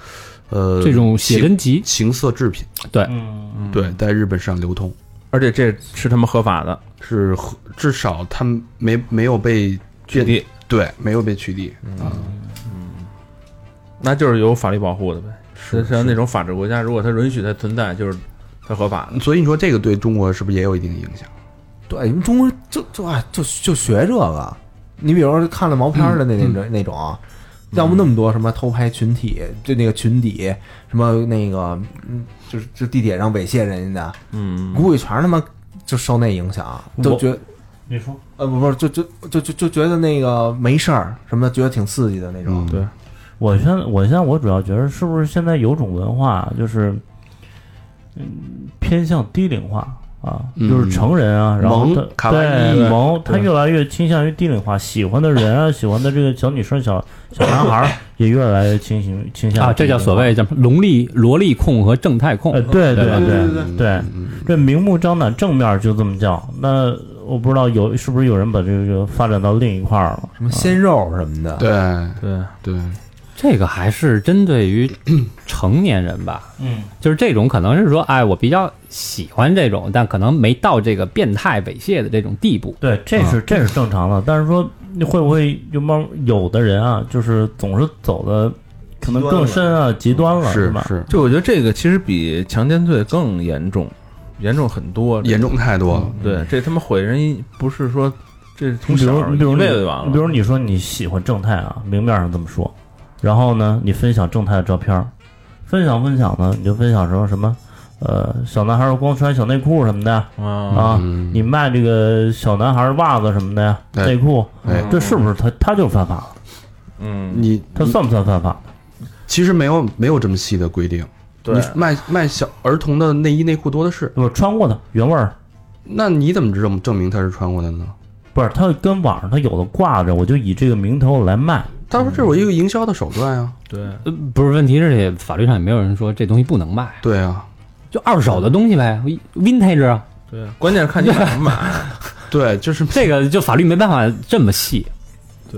[SPEAKER 2] 呃
[SPEAKER 6] 这种写真集，
[SPEAKER 2] 情情色制品，
[SPEAKER 5] 嗯
[SPEAKER 2] 对，在日本市场流通
[SPEAKER 3] 而且这是他妈合法的，
[SPEAKER 2] 是和至少他们没没有被
[SPEAKER 3] 取缔，
[SPEAKER 2] 对没有被取缔，
[SPEAKER 3] 那就是有法律保护的呗。是像那种法治国家，如果它允许它存在，就是它合法的。
[SPEAKER 2] 所以你说这个对中国是不是也有一定影响？
[SPEAKER 4] 对，你们中国人就就哎就就学这个。你比如说看了毛片儿的那那种那种，要不那么多什么偷拍群体，就那个群底什么那个，嗯，就是就地铁上猥亵人家的，
[SPEAKER 3] 嗯，
[SPEAKER 4] 估计全他妈就受那影响，都
[SPEAKER 5] 我
[SPEAKER 4] 觉
[SPEAKER 5] 你说
[SPEAKER 4] 呃不不是就就就就就觉得那个没事儿，什么觉得挺刺激的那种。
[SPEAKER 2] 嗯
[SPEAKER 3] 对，
[SPEAKER 5] 我现在我现在我主要觉得是不是现在有种文化就是，嗯，偏向低龄化啊，
[SPEAKER 2] 嗯
[SPEAKER 5] 就是成人啊，然后
[SPEAKER 2] 萌
[SPEAKER 5] 他
[SPEAKER 2] 卡哇伊
[SPEAKER 5] 对萌，他
[SPEAKER 3] 对
[SPEAKER 5] 越来越倾向于低龄化，喜欢的人啊，喜欢的这个小女生、小小男孩儿也越来越倾向
[SPEAKER 3] 嗯
[SPEAKER 5] 倾向于
[SPEAKER 6] 啊，这叫所谓叫萝莉萝莉控和正太控
[SPEAKER 5] 呃，，对对
[SPEAKER 6] 对吧
[SPEAKER 5] 对对，这明目张胆正面就这么叫，那我不知道有是不是有人把这个这个发展到另一块儿了，
[SPEAKER 4] 什么鲜肉什么的，
[SPEAKER 2] 对
[SPEAKER 3] 对，
[SPEAKER 2] 对，
[SPEAKER 6] 这个还是针 对于成年人吧。
[SPEAKER 5] 嗯，
[SPEAKER 6] 就是这种可能是说，哎，我比较喜欢这种，但可能没到这个变态猥亵的这种地步。
[SPEAKER 5] 对，这是这是正常的，但是说你会不会有慢有的人啊，就是总是走的可能更深啊，极端了，
[SPEAKER 2] 是
[SPEAKER 5] 吧？
[SPEAKER 2] 是
[SPEAKER 3] 就我觉得这个其实比强奸罪更严重，严重很多，嗯
[SPEAKER 2] 严重太多了。
[SPEAKER 3] 对，这他妈毁人不是说这这是从
[SPEAKER 5] 你比
[SPEAKER 3] 小
[SPEAKER 5] 如你比如
[SPEAKER 3] 一
[SPEAKER 5] 你
[SPEAKER 3] 辈子就完了。
[SPEAKER 5] 比如你说你喜欢正太啊，明面上这么说，然后呢，你分享正太的照片儿，分享分享呢，你就分享什么什么，呃，小男孩儿光穿小内裤什么的
[SPEAKER 3] 啊，
[SPEAKER 5] 啊，
[SPEAKER 2] 嗯
[SPEAKER 5] 你卖这个小男孩儿袜子什么的呀，
[SPEAKER 2] 哎
[SPEAKER 5] 内裤，
[SPEAKER 2] 哎，
[SPEAKER 5] 这是不是他他就犯法了？
[SPEAKER 3] 嗯，
[SPEAKER 2] 你
[SPEAKER 5] 他算不算犯法？
[SPEAKER 2] 其实没有没有这么细的规定，
[SPEAKER 3] 对
[SPEAKER 2] 你卖卖小儿童的内衣内裤多的是，
[SPEAKER 5] 我穿过的原味儿，
[SPEAKER 2] 那你怎么证证明他是穿过的呢？
[SPEAKER 5] 不是他跟网上他有的挂着，我就以这个名头来卖。
[SPEAKER 2] 他说这是我一个营销的手段啊，
[SPEAKER 3] 对，
[SPEAKER 6] 呃不是，问题是也法律上也没有人说这东西不能卖，
[SPEAKER 2] 对啊，
[SPEAKER 6] 就二手的东西呗，vintage 啊，
[SPEAKER 3] 对，关键是看你买 不买。
[SPEAKER 2] 对，就是
[SPEAKER 6] 这个就法律没办法这么细。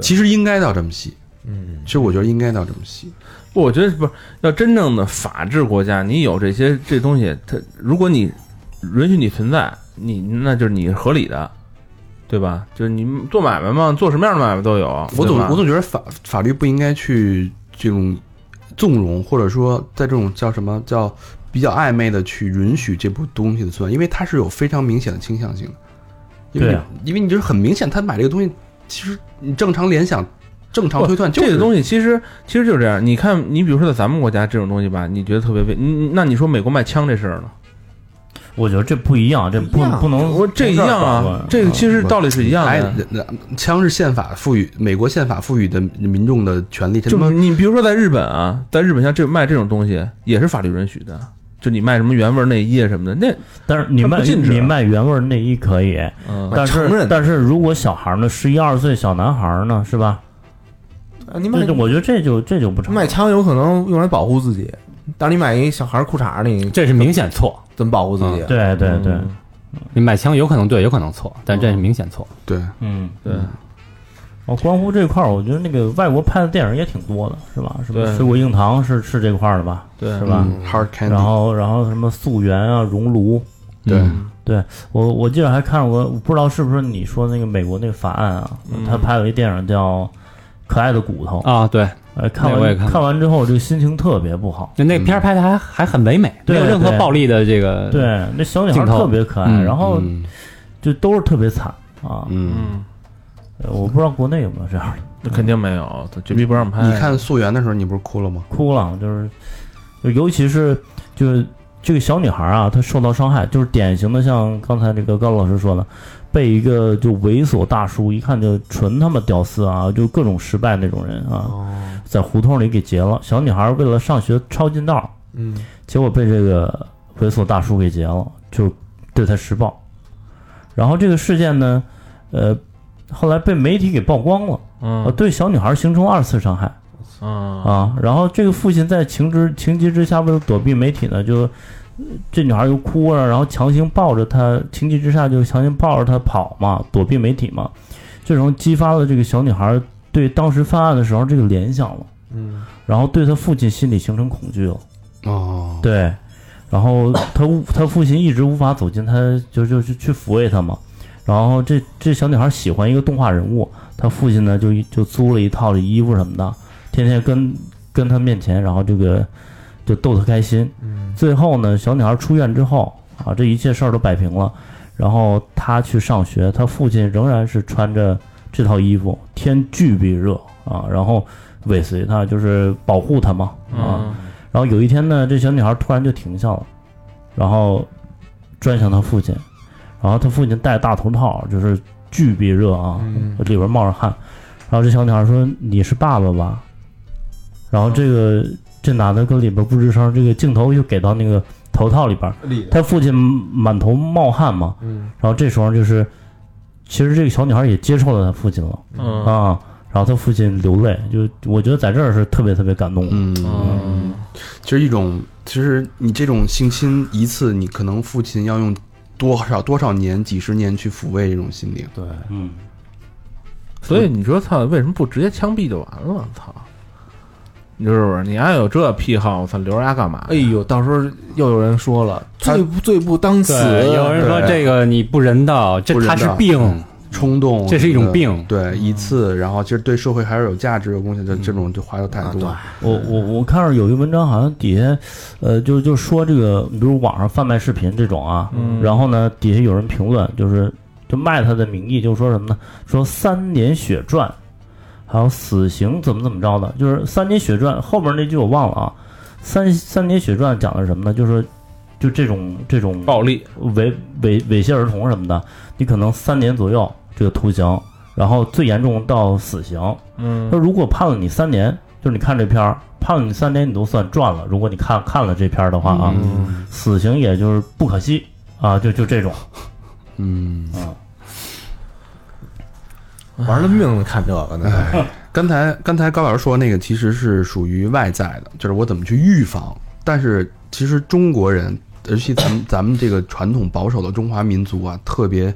[SPEAKER 2] 其实应该到这么细，
[SPEAKER 4] 嗯，
[SPEAKER 2] 其实我觉得应该到这么细，
[SPEAKER 3] 我觉得不是要真正的法治国家，你有这些这东西，它如果你允许你存在，你那就是你合理的，对吧？就是你做买卖嘛，做什么样的买卖都有。
[SPEAKER 2] 我总
[SPEAKER 3] 对吧
[SPEAKER 2] 我总觉得法法律不应该去这种纵容，或者说在这种叫什么叫比较暧昧的去允许这部东西的存在，因为它是有非常明显的倾向性的。因为
[SPEAKER 5] 对啊
[SPEAKER 2] 因为你就是很明显，他买这个东西，其实你正常联想、正常
[SPEAKER 3] 不
[SPEAKER 2] 推断就是
[SPEAKER 3] 这个东西其实其实就是这样。你看，你比如说在咱们国家这种东西吧，你觉得特别危，你你那你说美国卖枪这事儿呢？
[SPEAKER 5] 我觉得这不一样，这不
[SPEAKER 4] 一样
[SPEAKER 5] 不能
[SPEAKER 3] 我这一
[SPEAKER 5] 嗯没事儿
[SPEAKER 3] 样
[SPEAKER 5] 搞过
[SPEAKER 3] 啊，这个其实道理是一样
[SPEAKER 2] 哎
[SPEAKER 3] 的。，
[SPEAKER 2] 那那枪是宪法赋予美国宪法赋予的民众的权利，他
[SPEAKER 3] 就
[SPEAKER 2] 妈
[SPEAKER 3] 是你比如说在日本啊，在日本像这卖这种东西也是法律允许的，就你卖什么原味内衣啊什么的，那
[SPEAKER 5] 但是你
[SPEAKER 3] 它不
[SPEAKER 5] 卖
[SPEAKER 3] 禁止啊
[SPEAKER 5] 你卖原味儿内衣可以，
[SPEAKER 3] 嗯
[SPEAKER 5] 但
[SPEAKER 4] 承认
[SPEAKER 5] 是但是如果小孩儿呢，十一二岁小男孩儿呢，是吧？
[SPEAKER 4] 啊你
[SPEAKER 5] 这
[SPEAKER 4] 买
[SPEAKER 5] 这我觉得这就这就不成。
[SPEAKER 4] 买枪有可能用来保护自己，但是你买一小孩裤衩儿，你
[SPEAKER 6] 这是明显错。
[SPEAKER 4] 怎么保护自己？啊
[SPEAKER 5] 对对对，
[SPEAKER 3] 嗯
[SPEAKER 6] 你买枪有可能对，有可能错，但这是明显错。
[SPEAKER 2] 对
[SPEAKER 5] 嗯，
[SPEAKER 3] 对，
[SPEAKER 5] 哦，关乎这块儿，我觉得那个外国拍的电影也挺多的，是吧？什么
[SPEAKER 3] 对
[SPEAKER 5] 水果硬糖是是这块儿的吧？
[SPEAKER 3] 对
[SPEAKER 5] 是吧？
[SPEAKER 2] 嗯？Hard
[SPEAKER 5] 然
[SPEAKER 2] candy，
[SPEAKER 5] 后然后什么溯源啊、熔炉，
[SPEAKER 2] 对
[SPEAKER 6] 嗯
[SPEAKER 5] 我我记得还看过，我不知道是不是你说那个美国那个法案啊？他拍了一电影叫《可爱的骨头》，
[SPEAKER 6] 嗯啊，对，
[SPEAKER 5] 呃，看
[SPEAKER 6] 那我也
[SPEAKER 5] 完
[SPEAKER 6] 看过
[SPEAKER 5] 看完之后，这个心情特别不好。
[SPEAKER 6] 那那片儿拍的还还很唯美，没
[SPEAKER 5] 对
[SPEAKER 6] 有任何
[SPEAKER 5] 对
[SPEAKER 6] 暴力的这个。
[SPEAKER 5] 对，那小女孩
[SPEAKER 6] 镜头
[SPEAKER 5] 特别可爱，
[SPEAKER 6] 嗯
[SPEAKER 5] 然后
[SPEAKER 2] 嗯
[SPEAKER 5] 就都是特别惨啊。
[SPEAKER 2] 嗯，
[SPEAKER 3] 嗯，
[SPEAKER 5] 呃我不知道国内有没有这样的，
[SPEAKER 3] 那肯定没有，他绝逼不让拍。
[SPEAKER 2] 你看溯源的时候，你不是哭了吗？
[SPEAKER 5] 哭了，就是，就尤其是就是这个小女孩啊，她受到伤害，就是典型的像刚才这个高老师说的，被一个就猥琐大叔，一看就纯他妈屌丝啊，就各种失败那种人啊，
[SPEAKER 4] 哦，
[SPEAKER 5] 在胡同里给劫了。小女孩为了上学抄近道，
[SPEAKER 4] 嗯，
[SPEAKER 5] 结果被这个猥琐大叔给劫了，就对他施暴。然后这个事件呢，呃，后来被媒体给曝光了，呃，
[SPEAKER 3] 嗯
[SPEAKER 5] 对小女孩形成二次伤害
[SPEAKER 3] 嗯
[SPEAKER 5] 啊。然后这个父亲在情之情急之下，为了躲避媒体呢，就呃这女孩又哭啊，然后强行抱着她，情急之下就强行抱着她跑嘛，躲避媒体嘛。这种激发了这个小女孩对当时犯案的时候这个联想了，
[SPEAKER 4] 嗯，
[SPEAKER 5] 然后对她父亲心理形成恐惧了。
[SPEAKER 2] 哦，
[SPEAKER 5] 对，然后他无他父亲一直无法走进他，就就就去抚慰他嘛。然后这这小女孩喜欢一个动画人物，他父亲呢就就租了一套这衣服什么的，天天跟跟他面前，然后这个就逗他开心。最后呢，小女孩出院之后啊，这一切事儿都摆平了。然后她去上学，她父亲仍然是穿着这套衣服，天巨逼热啊，然后尾随她就是保护她嘛啊。
[SPEAKER 3] 嗯
[SPEAKER 5] 然后有一天呢，这小女孩突然就停下了，然后转向她父亲，然后她父亲戴大头套，就是巨逼热啊，里边冒着汗。然后这小女孩说：“你是爸爸吧？”然后这个这男的搁里边不吱声，这个镜头又给到那个头套里边，
[SPEAKER 4] 里
[SPEAKER 5] 他父亲满头冒汗嘛。
[SPEAKER 4] 嗯
[SPEAKER 5] 然后这时候就是，其实这个小女孩也接受了她父亲了
[SPEAKER 3] 嗯
[SPEAKER 5] 啊。然后她父亲流泪，就我觉得在这儿是特别特别感动的。
[SPEAKER 2] 嗯，
[SPEAKER 3] 嗯
[SPEAKER 2] 其实一种，其实你这种性侵一次，你可能父亲要用多少多少年、几十年去抚慰这种心灵。
[SPEAKER 4] 对，
[SPEAKER 5] 嗯
[SPEAKER 3] 所以你说操，为什么不直接枪毙就完了？操，你是不是？你爱有这癖好，我操，留着它干嘛？
[SPEAKER 4] 哎，呦，到时候又有人说了，罪不罪不当死，
[SPEAKER 6] 对，有人说这个你不人道，这
[SPEAKER 2] 不人
[SPEAKER 6] 他
[SPEAKER 2] 道
[SPEAKER 6] 是病
[SPEAKER 2] 嗯，冲动，
[SPEAKER 6] 这是一种
[SPEAKER 2] 什么的
[SPEAKER 6] 病嗯
[SPEAKER 2] 对，一次，然后其实对社会还是有价值、有贡献的，这种就话又太多了。
[SPEAKER 6] 啊
[SPEAKER 5] 我我我看着有一文章，好像底下，呃，就就说这个，比如网上贩卖视频这种啊，然后呢，底下有人评论，就是就就卖他的名义，就说什么呢？说三年血赚，还有死刑怎么怎么着的，就是三年血赚后边那句我忘了啊。三三年血赚讲的是什么呢？就是就这种这种
[SPEAKER 3] 暴力，
[SPEAKER 5] 猥猥猥亵儿童什么的，你可能三年左右这个徒刑，然后最严重到死刑。
[SPEAKER 3] 嗯
[SPEAKER 5] 那如果判了你三年，就是你看这片儿判了你三年，你都算赚了。如果你看看了这片儿的话啊，
[SPEAKER 2] 嗯
[SPEAKER 5] 死刑也就是不可惜啊，就就这种
[SPEAKER 2] 嗯，
[SPEAKER 5] 啊，
[SPEAKER 4] 玩了命了看这个呢。
[SPEAKER 2] 刚才刚才高老师说那个其实是属于外在的，就是我怎么去预防。但是其实中国人，尤其咱们咱们这个传统保守的中华民族啊，特别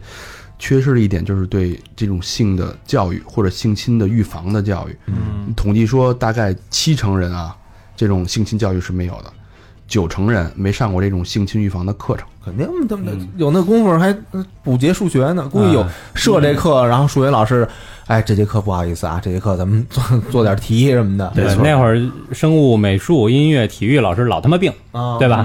[SPEAKER 2] 缺失的一点就是对这种性的教育或者性侵的预防的教育。
[SPEAKER 3] 嗯
[SPEAKER 2] 统计说，大概七成人啊，这种性侵教育是没有的，九成人没上过这种性侵预防的课程。
[SPEAKER 4] 肯定他
[SPEAKER 6] 嗯
[SPEAKER 4] 们有那功夫还呃补节数学呢，估计有
[SPEAKER 6] 啊
[SPEAKER 4] 设这课，然后数学老师，哎，这节课不好意思啊，这节课咱们做做点题什么的
[SPEAKER 6] 对，那会儿生物、美术、音乐、体育老师老他妈病，
[SPEAKER 4] 啊，
[SPEAKER 6] 对吧？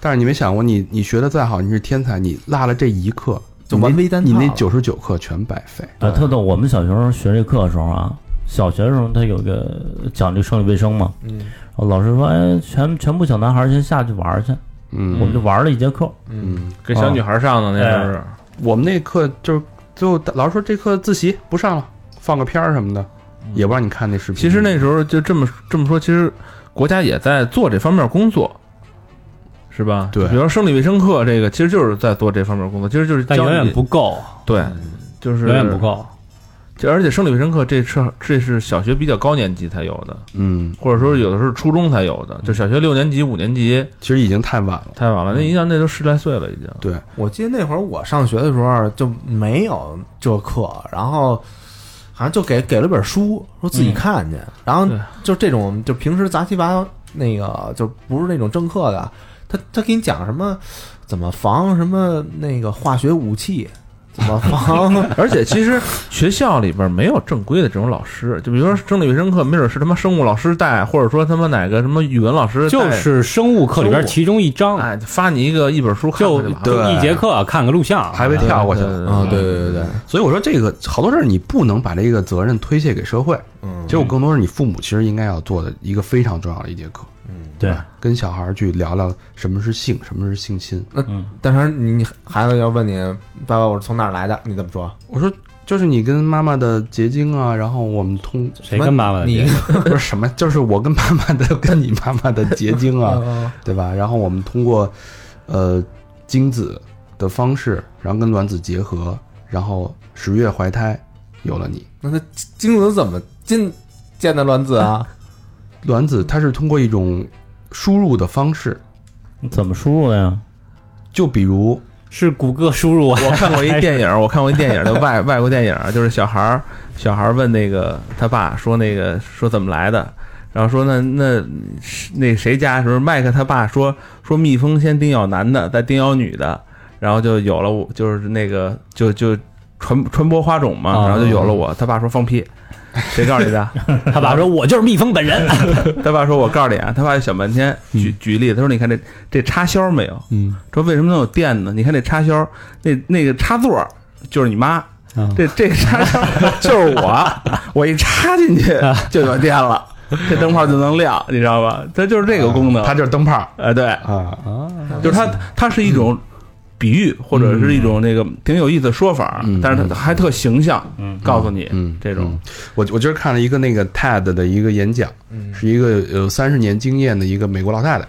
[SPEAKER 2] 但是你没想过你，你学的再好，你是天才，你落了这一课，
[SPEAKER 4] 就完危单
[SPEAKER 2] 你
[SPEAKER 4] 踏
[SPEAKER 2] 那
[SPEAKER 4] 了
[SPEAKER 2] 九十九课全白费。
[SPEAKER 5] 啊，特逗。我们小学时候学这课的时候啊，小学的时候他有个讲这个生理卫生嘛，
[SPEAKER 4] 嗯
[SPEAKER 5] 然后老师说，哎，全全部小男孩儿先下去玩儿去，我
[SPEAKER 2] 嗯
[SPEAKER 5] 们就玩了一节课。
[SPEAKER 2] 嗯，
[SPEAKER 3] 给小女孩上的那时候是，
[SPEAKER 2] 我们那课就是最后老师说这课自习不上了，放个片儿什么的，也不让你看那视频。
[SPEAKER 3] 嗯其实那时候就这么这么说，其实国家也在做这方面工作，是吧？
[SPEAKER 2] 对
[SPEAKER 3] 比如说生理卫生课这个，其实就是在做这方面工作，其实就是
[SPEAKER 6] 但
[SPEAKER 3] 教
[SPEAKER 6] 远
[SPEAKER 3] 你
[SPEAKER 6] 远不够，
[SPEAKER 3] 对，就是
[SPEAKER 6] 远远不。够。
[SPEAKER 3] 就而且生理卫生课这是这是小学比较高年级才有的，
[SPEAKER 2] 嗯，
[SPEAKER 3] 或者说有的是初中才有
[SPEAKER 6] 嗯
[SPEAKER 3] 的，就小学六年级、五年级
[SPEAKER 2] 其实已经太晚了。
[SPEAKER 3] 太晚了，那一下那都十来岁了已经。
[SPEAKER 6] 嗯
[SPEAKER 2] 对，
[SPEAKER 4] 我记得那会儿我上学的时候啊就没有这课，然后好像就给给了本书，说自己
[SPEAKER 2] 嗯
[SPEAKER 4] 看去。然后
[SPEAKER 3] 对
[SPEAKER 4] 就这种，就平时杂七八糟那个，就不是那种正课的，他他给你讲什么怎么防什么那个化学武器，怎么 防
[SPEAKER 3] 而且其实学校里边没有正规的这种老师，就比如说生理卫生课，没准是他妈生物老师带，或者说他妈哪个什么语文老师带
[SPEAKER 6] 就是生物课里边其中一章，
[SPEAKER 3] 哎发你一个一本书看
[SPEAKER 6] 就
[SPEAKER 3] 看吧。
[SPEAKER 6] 就一节课啊看个录
[SPEAKER 3] 啊
[SPEAKER 6] 像，
[SPEAKER 2] 还被跳过去了。
[SPEAKER 3] 嗯
[SPEAKER 4] 啊？对对对对，
[SPEAKER 2] 所以我说这个好多事儿你不能把这个责任推卸给社会，
[SPEAKER 4] 嗯
[SPEAKER 2] 其实我更多是你父母其实应该要做的一个非常重要的一节课，
[SPEAKER 5] 对，
[SPEAKER 2] 跟小孩儿去聊聊什么是性，什么是性侵。
[SPEAKER 4] 但是你孩子要问你爸爸我是从哪儿来的，你怎么说？
[SPEAKER 2] 我说就是你跟妈妈的结晶啊，然后我们通
[SPEAKER 6] 谁跟妈妈的
[SPEAKER 4] 你
[SPEAKER 6] 结
[SPEAKER 2] 不是什么，就是我跟妈妈的跟你妈妈的结晶 啊，对吧？然后我们通过呃精子的方式，然后跟卵子结合，然后十月怀胎有了你。
[SPEAKER 4] 那他精子怎么进见的卵子啊？
[SPEAKER 2] 卵子它是通过一种输入的方式，
[SPEAKER 5] 你怎么输入的呀？
[SPEAKER 2] 就比如
[SPEAKER 6] 是谷歌输入 啊？
[SPEAKER 3] 我看过一电影，我看过一电影，就外外国电影，就是小孩儿小孩儿问那个他爸说那个说怎么来的，然后说那那那谁家时候麦克他爸说说蜜蜂先叮咬男的，再叮咬女的，然后就有了我，就是那个就就传传播花种嘛，
[SPEAKER 6] 啊
[SPEAKER 3] 然后就有了我。他爸说放屁。谁告诉你的？
[SPEAKER 6] 他爸说：“我就是蜜蜂本人。
[SPEAKER 3] 他爸说：“我告诉你啊。”他爸想半天，举
[SPEAKER 2] 嗯
[SPEAKER 3] 举例，他说：“你看这这插销没有？”
[SPEAKER 6] 嗯，
[SPEAKER 3] 说为什么能有电呢？你看这插销，那那个插座儿就是你妈，
[SPEAKER 2] 啊
[SPEAKER 6] 嗯
[SPEAKER 3] 这这个插销 就是我，我一插进去
[SPEAKER 2] 啊
[SPEAKER 3] 就有电 了，这灯泡就能亮，你知道吧？它就是这个功能。
[SPEAKER 2] 啊它就是灯泡
[SPEAKER 3] 呃，对，
[SPEAKER 2] 啊。
[SPEAKER 3] 就是它它是一种比喻，或者是一种那个挺有意思的说法，
[SPEAKER 2] 嗯
[SPEAKER 3] 但是它还特形象，告诉你
[SPEAKER 2] 嗯，
[SPEAKER 3] 这种
[SPEAKER 2] 嗯我我今儿看了一个那个 TED 的一个演讲，
[SPEAKER 3] 嗯
[SPEAKER 2] 是一个有三十年经验的一个美国老太太，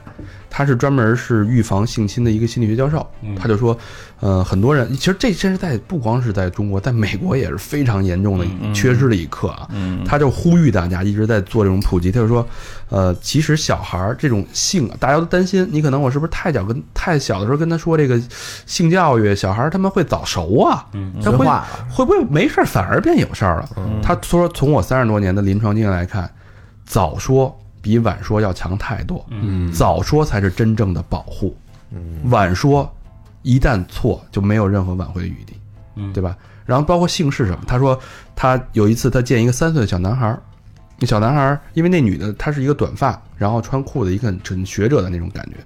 [SPEAKER 2] 她是专门是预防性侵的一个心理学教授。
[SPEAKER 3] 嗯
[SPEAKER 2] 她就说，呃，很多人其实这件事在不光是在中国，在美国也是非常严重
[SPEAKER 3] 嗯
[SPEAKER 2] 的缺失的一课啊。她就呼吁大家一直在做这种普及，她就说，呃，其实小孩儿这种性，大家都担心，你可能我是不是太小跟太小的时候跟他说这个性教育，小孩儿他们会早熟啊，他
[SPEAKER 4] 学
[SPEAKER 2] 会
[SPEAKER 4] 化
[SPEAKER 2] 会不会没事儿反而变有事儿了？他说从我三十多年的临床经验来看，早说比晚说要强太多。嗯，早说才是真正的保护。嗯，晚说一旦错就没有任何挽回的余地，
[SPEAKER 6] 嗯
[SPEAKER 2] 对吧？然后包括姓氏什么，他说他有一次他见一个三岁的小男孩儿，那小男孩儿因为那女的她是一个短发，然后穿裤子一个很很学者的那种感觉，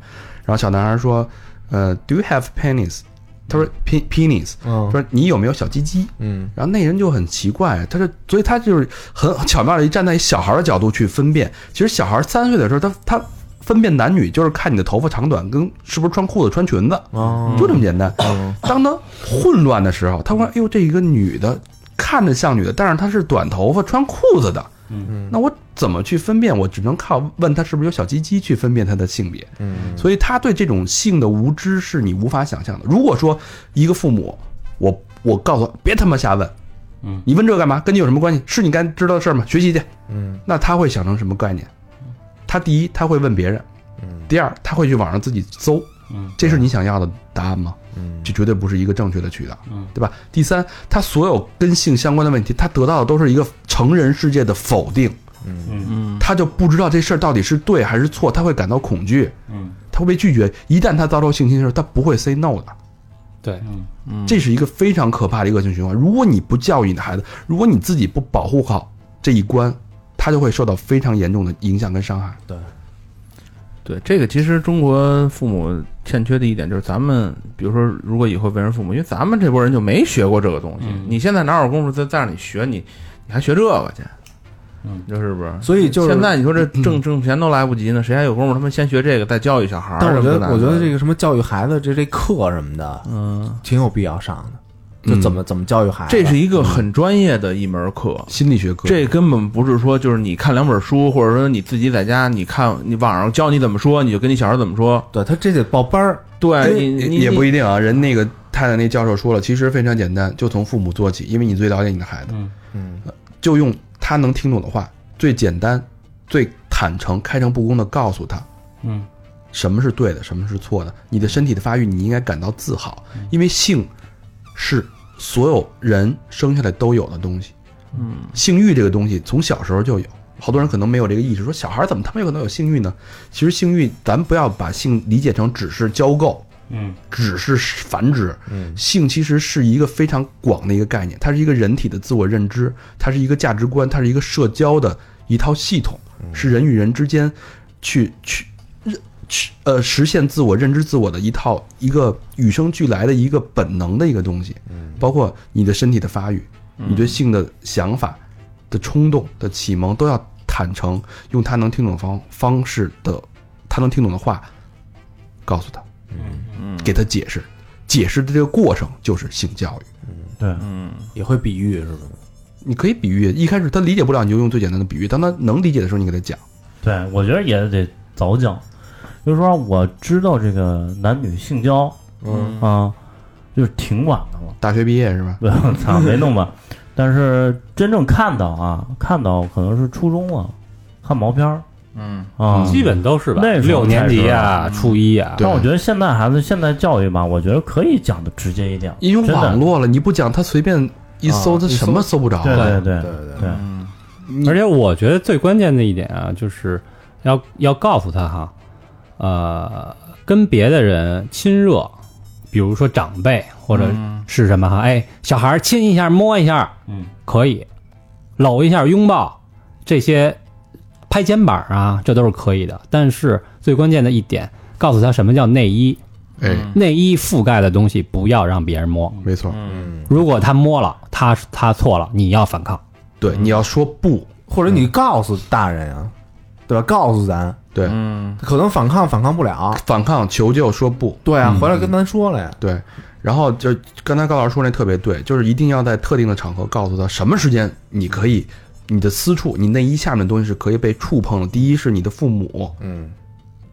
[SPEAKER 2] 然后小男孩儿说，呃，Do you have penis？他说 pe penis，
[SPEAKER 4] 嗯
[SPEAKER 2] 说你有没有小鸡鸡？
[SPEAKER 4] 嗯
[SPEAKER 2] 然后那人就很奇怪，他是，所以他就是很巧妙的站在小孩的角度去分辨。其实小孩三岁的时候，他他分辨男女就是看你的头发长短跟是不是穿裤子穿裙子，
[SPEAKER 4] 哦
[SPEAKER 2] 就这么简单。当他混乱的时候，他会哎呦，这一个女的看着像女的，但是她是短头发穿裤子的，
[SPEAKER 4] 嗯
[SPEAKER 2] 那我怎么去分辨？我只能靠问她是不是有小鸡鸡去分辨她的性别。
[SPEAKER 4] 嗯
[SPEAKER 2] 所以他对这种性的无知是你无法想象的。如果说一个父母，我我告诉他别他妈瞎问，
[SPEAKER 1] 嗯，
[SPEAKER 2] 你问这干嘛？跟你有什么关系？是你该知道的事儿吗？学习去。
[SPEAKER 4] 嗯
[SPEAKER 2] 那他会想成什么概念？他第一他会问别人，
[SPEAKER 4] 嗯
[SPEAKER 2] 第二他会去网上自己搜，
[SPEAKER 1] 嗯，
[SPEAKER 2] 这是你想要的答案吗？
[SPEAKER 4] 嗯
[SPEAKER 2] 这绝对不是一个正确的渠道，
[SPEAKER 1] 嗯，
[SPEAKER 2] 对吧？第三，他所有跟性相关的问题，他得到的都是一个成人世界的否定，
[SPEAKER 3] 嗯，
[SPEAKER 2] 他就不知道这事儿到底是对还是错，他会感到恐惧，
[SPEAKER 1] 嗯
[SPEAKER 2] 他会被拒绝。一旦他遭受性侵的时候，他不会 say no 的。
[SPEAKER 6] 对，
[SPEAKER 1] 嗯
[SPEAKER 2] 这是一个非常可怕的一个恶性循环。如果你不教育你的孩子，如果你自己不保护好这一关，他就会受到非常严重的影响跟伤害。
[SPEAKER 3] 对，这个其实中国父母欠缺的一点就是咱们，比如说，如果以后为人父母，因为咱们这波人就没学过这个东西，
[SPEAKER 1] 嗯
[SPEAKER 3] 你现在哪有功夫再再让你学你，你还学这个去？
[SPEAKER 1] 嗯，
[SPEAKER 3] 你说是不是？
[SPEAKER 4] 所以就是嗯
[SPEAKER 3] 现在你说这挣挣钱都来不及呢，谁还有功夫他们先学这个再教育小孩儿？
[SPEAKER 4] 但我觉
[SPEAKER 3] 这么
[SPEAKER 4] 得，
[SPEAKER 3] 难
[SPEAKER 4] 我觉得
[SPEAKER 3] 的
[SPEAKER 4] 这，个什么教育孩子这这课什么的，
[SPEAKER 3] 嗯，
[SPEAKER 4] 挺有必要上的。就
[SPEAKER 2] 嗯
[SPEAKER 4] 怎么、怎么教育孩子，
[SPEAKER 3] 这是一个很专业的一门课，
[SPEAKER 1] 嗯
[SPEAKER 2] 心理学科，
[SPEAKER 3] 这根本不是说就是你看两本书，或者说你自己在家你看你网上教你怎么说，你就跟你小孩怎么说。
[SPEAKER 4] 对他这得报班儿，
[SPEAKER 3] 对
[SPEAKER 2] 也
[SPEAKER 3] 你你
[SPEAKER 2] 也不
[SPEAKER 3] 你
[SPEAKER 2] 一定啊。人那个太太那教授说了，其实非常简单，就从父母做起，因为你最了解你的孩子，
[SPEAKER 1] 嗯
[SPEAKER 4] 嗯
[SPEAKER 2] 就用他能听懂的话，最简单、最坦诚、开诚布公的告诉他，
[SPEAKER 1] 嗯
[SPEAKER 2] 什么是对的，什么是错的。你的身体的发育，你应该感到自豪，
[SPEAKER 3] 嗯
[SPEAKER 2] 因为性是所有人生下来都有的东西。
[SPEAKER 3] 嗯，
[SPEAKER 2] 性欲这个东西从小时候就有，好多人可能没有这个意识，说小孩怎么他们有可能有性欲呢？其实性欲，咱不要把性理解成只是交媾，
[SPEAKER 1] 嗯
[SPEAKER 2] 只是繁殖，
[SPEAKER 4] 嗯
[SPEAKER 2] 性其实是一个非常广的一个概念，它是一个人体的自我认知，它是一个价值观，它是一个社交的一套系统，是人与人之间去去认去呃实现自我认知自我的一套一个与生俱来的一个本能的一个东西，包括你的身体的发育，你对性的想法的冲动的启蒙都要坦诚，用他能听懂的方方式的他能听懂的话告诉他，嗯，给他解释。解释的这个过程就是性教育。
[SPEAKER 5] 对，
[SPEAKER 4] 也会比喻是吗？
[SPEAKER 2] 你可以比喻，一开始他理解不了，你就用最简单的比喻；当他能理解的时候，你给他讲。
[SPEAKER 5] 对，我觉得也得早讲，就是说我知道这个男女性交
[SPEAKER 4] 嗯
[SPEAKER 5] 啊，就是挺晚的了，
[SPEAKER 2] 大学毕业是吧？
[SPEAKER 5] 我操，没弄吧。 但是真正看到啊，看到可能是初中啊，看毛片儿
[SPEAKER 3] 嗯
[SPEAKER 5] 啊，
[SPEAKER 6] 基本都是吧
[SPEAKER 5] 那时，候
[SPEAKER 6] 六年级啊，
[SPEAKER 3] 才是
[SPEAKER 6] 初一啊，
[SPEAKER 2] 对
[SPEAKER 5] 但我觉得现在孩子现在教育吧，我觉得可以讲的直接一点。
[SPEAKER 2] 因为
[SPEAKER 5] 真的
[SPEAKER 2] 网络了，你不讲，他随便一搜，
[SPEAKER 4] 啊
[SPEAKER 2] 他什么搜不着
[SPEAKER 5] 对
[SPEAKER 2] 了。
[SPEAKER 5] 对对
[SPEAKER 4] 对对对
[SPEAKER 5] 对，
[SPEAKER 6] 而且我觉得最关键的一点啊，就是要要告诉他哈，呃，跟别的人亲热，比如说长辈或者是什么哈，哎，小孩儿亲一下、摸一下，
[SPEAKER 1] 嗯，
[SPEAKER 6] 可以，搂一下、拥抱，这些拍肩膀啊，这都是可以的。但是最关键的一点，告诉他什么叫内衣，
[SPEAKER 2] 哎，
[SPEAKER 6] 内衣覆盖的东西不要让别人摸。
[SPEAKER 2] 没错，
[SPEAKER 4] 嗯，
[SPEAKER 6] 如果他摸了，他他错了，你要反抗。
[SPEAKER 2] 对，你要说不，
[SPEAKER 4] 或者你告诉大人啊，对吧？告诉咱，
[SPEAKER 2] 对，
[SPEAKER 3] 嗯
[SPEAKER 4] 可能反抗反抗不了，
[SPEAKER 2] 反抗、求救、说不，
[SPEAKER 4] 对啊，回来跟咱说了呀。
[SPEAKER 2] 对。然后就刚才高老师说那特别对，就是一定要在特定的场合告诉他什么时间你可以，你的私处，你内衣下面的东西是可以被触碰的。第一是你的父母，
[SPEAKER 4] 嗯，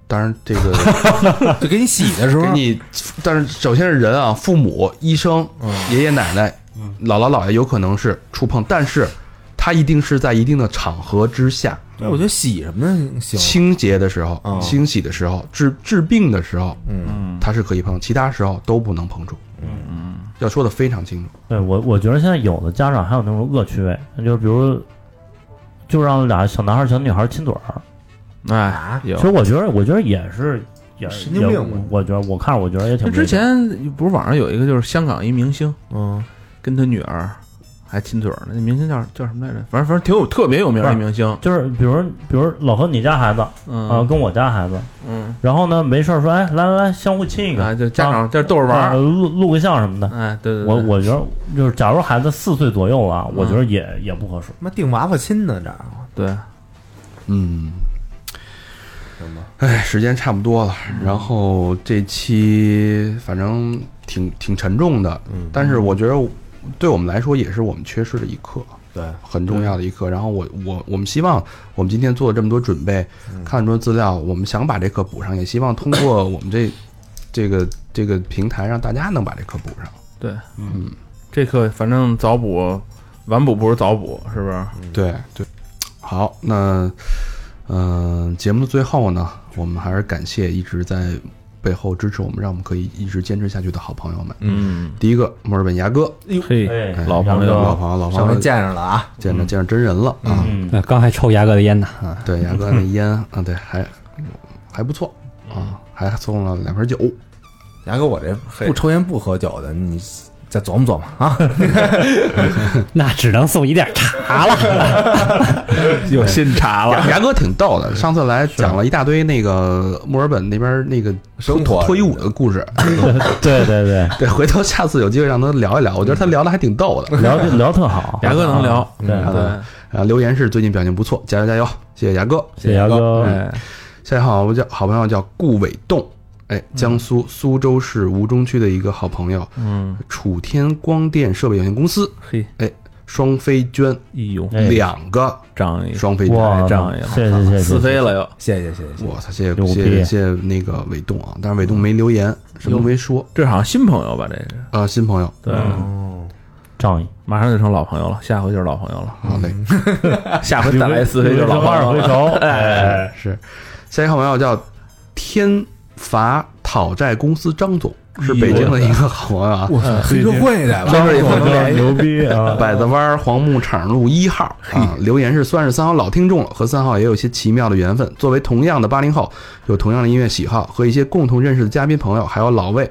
[SPEAKER 2] 当然这个
[SPEAKER 4] 就给你洗的时候
[SPEAKER 2] 给，你，但是首先是人啊，父母、医生、爷爷奶奶、姥姥姥爷有可能是触碰，但是它一定是在一定的场合之下，
[SPEAKER 4] 对，我觉得洗什么的行，
[SPEAKER 2] 清洁的时候、
[SPEAKER 4] 哦
[SPEAKER 2] 清洗的时候、治治病的时候，
[SPEAKER 4] 嗯
[SPEAKER 2] 它是可以碰，其他时候都不能碰触。嗯嗯，要说的非常清楚。
[SPEAKER 5] 对我我觉得现在有的家长还有那种恶趣味，就是比如就让俩小男孩小女孩亲嘴儿，
[SPEAKER 1] 啊
[SPEAKER 3] 哎，有
[SPEAKER 5] 其实我觉得，我觉得也是，也
[SPEAKER 4] 神经病
[SPEAKER 5] 也
[SPEAKER 4] 嘛
[SPEAKER 5] 我觉得，我看着我觉得也挺
[SPEAKER 3] 就
[SPEAKER 5] 那个。
[SPEAKER 3] 之前不是网上有一个就是香港一明星
[SPEAKER 4] 嗯
[SPEAKER 3] 跟他女儿还亲嘴儿呢。那明星叫叫什么来着？反正反正挺有特别有名的明星。
[SPEAKER 5] 就是比如比如老和你家孩子啊、
[SPEAKER 3] 嗯
[SPEAKER 5] 跟我家孩子，
[SPEAKER 3] 嗯，
[SPEAKER 5] 然后呢没事儿说哎来来来相互亲一个，
[SPEAKER 3] 啊，就家
[SPEAKER 5] 啊
[SPEAKER 3] 长在逗着玩
[SPEAKER 5] 啊
[SPEAKER 3] 儿。
[SPEAKER 5] 录录个像什么的。
[SPEAKER 3] 哎，对对，对
[SPEAKER 5] 我我觉得就是假如孩子四岁左右啊，我觉得也也不合适。
[SPEAKER 4] 妈定娃娃亲呢，这儿
[SPEAKER 3] 对，
[SPEAKER 2] 嗯，哎，时间差不多了，
[SPEAKER 4] 嗯
[SPEAKER 2] 然后这期反正挺挺沉重的，
[SPEAKER 4] 嗯
[SPEAKER 2] 但是我觉得对我们来说也是我们缺失的一课，
[SPEAKER 4] 对，
[SPEAKER 2] 很重要的一课。然后我我我们希望我们今天做了这么多准备，
[SPEAKER 4] 嗯
[SPEAKER 2] 看了这么多资料，我们想把这课补上，也希望通过我们这这个这个平台让大家能把这课补上。
[SPEAKER 3] 对，嗯，这课反正早补晚补不如早补，是不是？
[SPEAKER 2] 对对，好，那嗯、呃节目的最后呢，我们还是感谢一直在背后支持我们，让我们可以一直坚持下去的好朋友们。
[SPEAKER 3] 嗯，
[SPEAKER 2] 第一个，墨尔本牙哥，
[SPEAKER 3] 嘿，
[SPEAKER 5] 哎
[SPEAKER 3] 老朋
[SPEAKER 5] 杨
[SPEAKER 2] 老
[SPEAKER 3] 友，
[SPEAKER 2] 朋友，老
[SPEAKER 4] 上
[SPEAKER 2] 朋
[SPEAKER 4] 回
[SPEAKER 2] 友，见
[SPEAKER 4] 见着了啊，
[SPEAKER 2] 着见着真人了啊
[SPEAKER 5] 嗯，
[SPEAKER 6] 呃刚还抽牙哥的烟呢，
[SPEAKER 2] 啊！对，牙哥那烟啊，对，还还不错啊，还送了两瓶酒。
[SPEAKER 4] 牙哥，我这不抽烟不喝酒的，你再琢磨琢磨啊。
[SPEAKER 6] 那只能送一点茶了。
[SPEAKER 3] 有新茶了。
[SPEAKER 2] 牙哥挺逗的，上次来讲了一大堆那个墨尔本那边那个
[SPEAKER 4] 生活
[SPEAKER 2] 脱衣舞的故事。
[SPEAKER 5] 对对对，
[SPEAKER 2] 对，回头下次有机会让他聊一聊，我觉得他聊的还挺逗的。
[SPEAKER 5] 聊聊特好，
[SPEAKER 3] 牙哥能聊，
[SPEAKER 5] 对
[SPEAKER 3] 对，
[SPEAKER 2] 啊，留言是最近表现不错，加油加油，谢谢牙哥。
[SPEAKER 5] 谢谢牙哥，
[SPEAKER 3] 哎，
[SPEAKER 2] 下一好我叫好朋友叫顾伟栋，哎，
[SPEAKER 5] 嗯
[SPEAKER 2] 江苏苏州市吴中区的一个好朋友，
[SPEAKER 3] 嗯，
[SPEAKER 2] 楚天光电设备有限公司
[SPEAKER 3] 嘿，
[SPEAKER 2] 双飞捐
[SPEAKER 3] 哎呦，
[SPEAKER 5] 哎
[SPEAKER 2] 两个
[SPEAKER 3] 张一个，
[SPEAKER 2] 双飞捐，
[SPEAKER 5] 哇，
[SPEAKER 3] 这样也好
[SPEAKER 5] 谢谢谢谢，
[SPEAKER 3] 四飞了又，
[SPEAKER 4] 谢谢谢谢谢谢，
[SPEAKER 2] 我操，谢谢
[SPEAKER 5] 牛逼嗯
[SPEAKER 2] 谢谢谢谢那个伟栋啊，但是伟栋没留言，什么都没说
[SPEAKER 3] 这好像新朋友吧？这是，
[SPEAKER 2] 啊、新朋友，
[SPEAKER 3] 对，
[SPEAKER 5] 仗义，
[SPEAKER 3] 马上就成老朋友了，下回就是老朋友了，
[SPEAKER 2] 好嘞，
[SPEAKER 5] 嗯
[SPEAKER 3] 下回再来四飞就是老朋
[SPEAKER 5] 二
[SPEAKER 3] 友
[SPEAKER 5] 回
[SPEAKER 3] 了。
[SPEAKER 5] 头，哎，
[SPEAKER 2] 是，下一个好朋友叫天罚讨债公司张总，
[SPEAKER 5] 哎
[SPEAKER 2] 是北京的一个好朋友啊，
[SPEAKER 4] 我操，黑社会的吧？
[SPEAKER 5] 张总牛逼啊！
[SPEAKER 2] 百子湾黄牧场路一号啊，留言是算是三号老听众了，和三号也有一些奇妙的缘分。作为同样的八零后，有同样的音乐喜好和一些共同认识的嘉宾朋友，还有老魏，